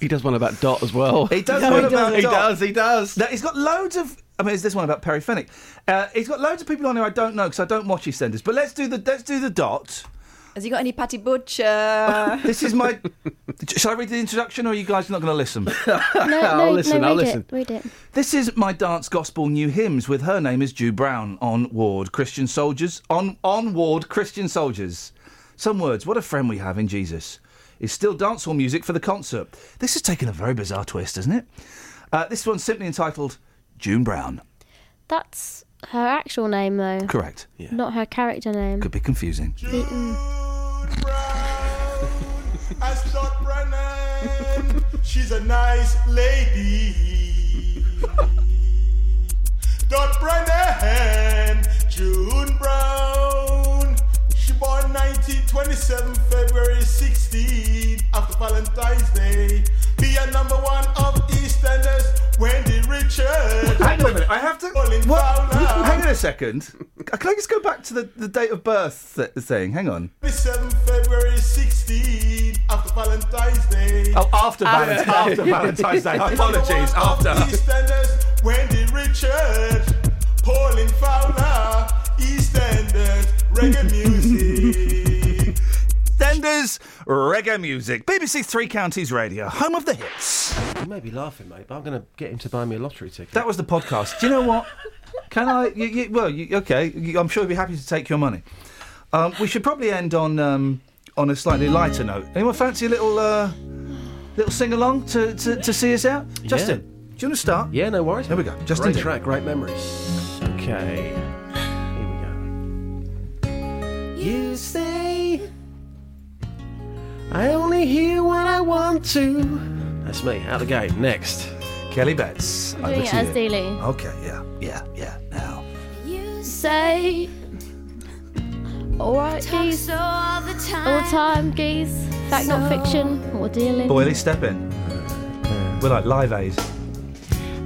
Speaker 11: He does one about Dot as well.
Speaker 3: He does.
Speaker 11: [laughs] No,
Speaker 3: one
Speaker 11: he
Speaker 3: about
Speaker 11: doesn't. He
Speaker 3: Dot.
Speaker 11: does. He does.
Speaker 3: No, he's got loads of. I mean, is this one about Perry Fennick? Uh, he's got loads of people on here I don't know because I don't watch EastEnders. But let's do the let's do the dot.
Speaker 5: Has he got any Patty Butcher?
Speaker 3: this is
Speaker 11: [laughs]
Speaker 3: my. Shall I read the introduction, or are you guys not going to listen?
Speaker 7: No, no,
Speaker 3: Oh, I'll listen,
Speaker 7: no,
Speaker 3: I'll
Speaker 7: read
Speaker 3: listen.
Speaker 7: it. Read it.
Speaker 3: This is my dance gospel new hymns with her name is Jew Brown on Ward Christian Soldiers on on Ward Christian Soldiers. Some words. What a friend we have in Jesus. Is still dancehall music for the concert. This has taken a very bizarre twist, hasn't it? Uh, this one's simply entitled June Brown.
Speaker 7: That's her actual name, though.
Speaker 3: Correct. Yeah.
Speaker 7: Not her character name.
Speaker 3: Could be confusing.
Speaker 10: [laughs]
Speaker 7: Beaten.
Speaker 10: as Dot Brennan. She's a nice lady. Dot Brennan, June Brown. She born 1927, February 16, after Valentine's Day. Be a number one of EastEnders, Wendy Richards.
Speaker 3: Hang on a minute, I have to. What? Hang on a second. Can I just go back to the, the date of birth th- thing? Hang on.
Speaker 10: 27 February 16, after Valentine's Day.
Speaker 3: Oh, after Valentine's- after Valentine's Day. [laughs] Apologies, after.
Speaker 10: EastEnders, Wendy Richards, Pauline Fowler, EastEnders, reggae music.
Speaker 3: EastEnders, reggae music, BBC Three Counties Radio, home of the hits.
Speaker 4: You may be laughing, mate, but I'm going to get him to buy me a lottery ticket.
Speaker 3: That was the podcast. Do you know what? Can I? You, you, well, you, okay. You, I'm sure he'd be happy to take your money. Um, we should probably end on um, on a slightly lighter note. Anyone fancy a little uh, little sing along to, to, to see us out? Justin, do you want to start?
Speaker 4: Yeah, no worries.
Speaker 3: Here we go. Justin,
Speaker 4: great track, great memories. Okay.
Speaker 11: You say I only hear what I want to.
Speaker 4: That's me, out the game. Next.
Speaker 3: Kelly Betts.
Speaker 7: I'm doing it as Dealey.
Speaker 3: Okay, yeah, yeah, yeah.
Speaker 7: You say. Alright, geese. All the time. geese. Fact, not fiction. Or dealing.
Speaker 3: Boily, step in. We're like live aid.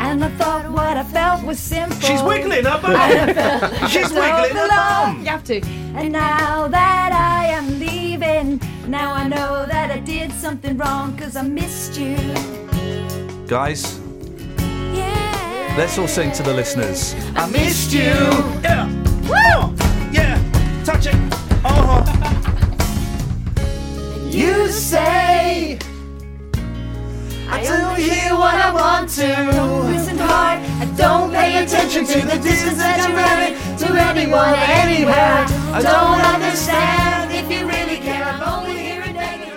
Speaker 5: And I thought what I felt was simple.
Speaker 3: She's wiggling her bum.
Speaker 5: And I felt
Speaker 7: [laughs]
Speaker 5: like
Speaker 3: She's
Speaker 5: I don't
Speaker 3: wiggling her
Speaker 5: belong.
Speaker 3: bum.
Speaker 5: You have to. And now that I am leaving, now I know that I did something wrong because I missed you.
Speaker 3: Guys, let's all sing to the listeners. I missed you. Yeah.
Speaker 5: Woo!
Speaker 3: Yeah. Touch it.
Speaker 11: You say
Speaker 5: I don't hear what I want to. Don't listen hard. I don't pay attention to the distance that you're running to anyone anywhere. I don't understand if you really care. I'm only hearing negative.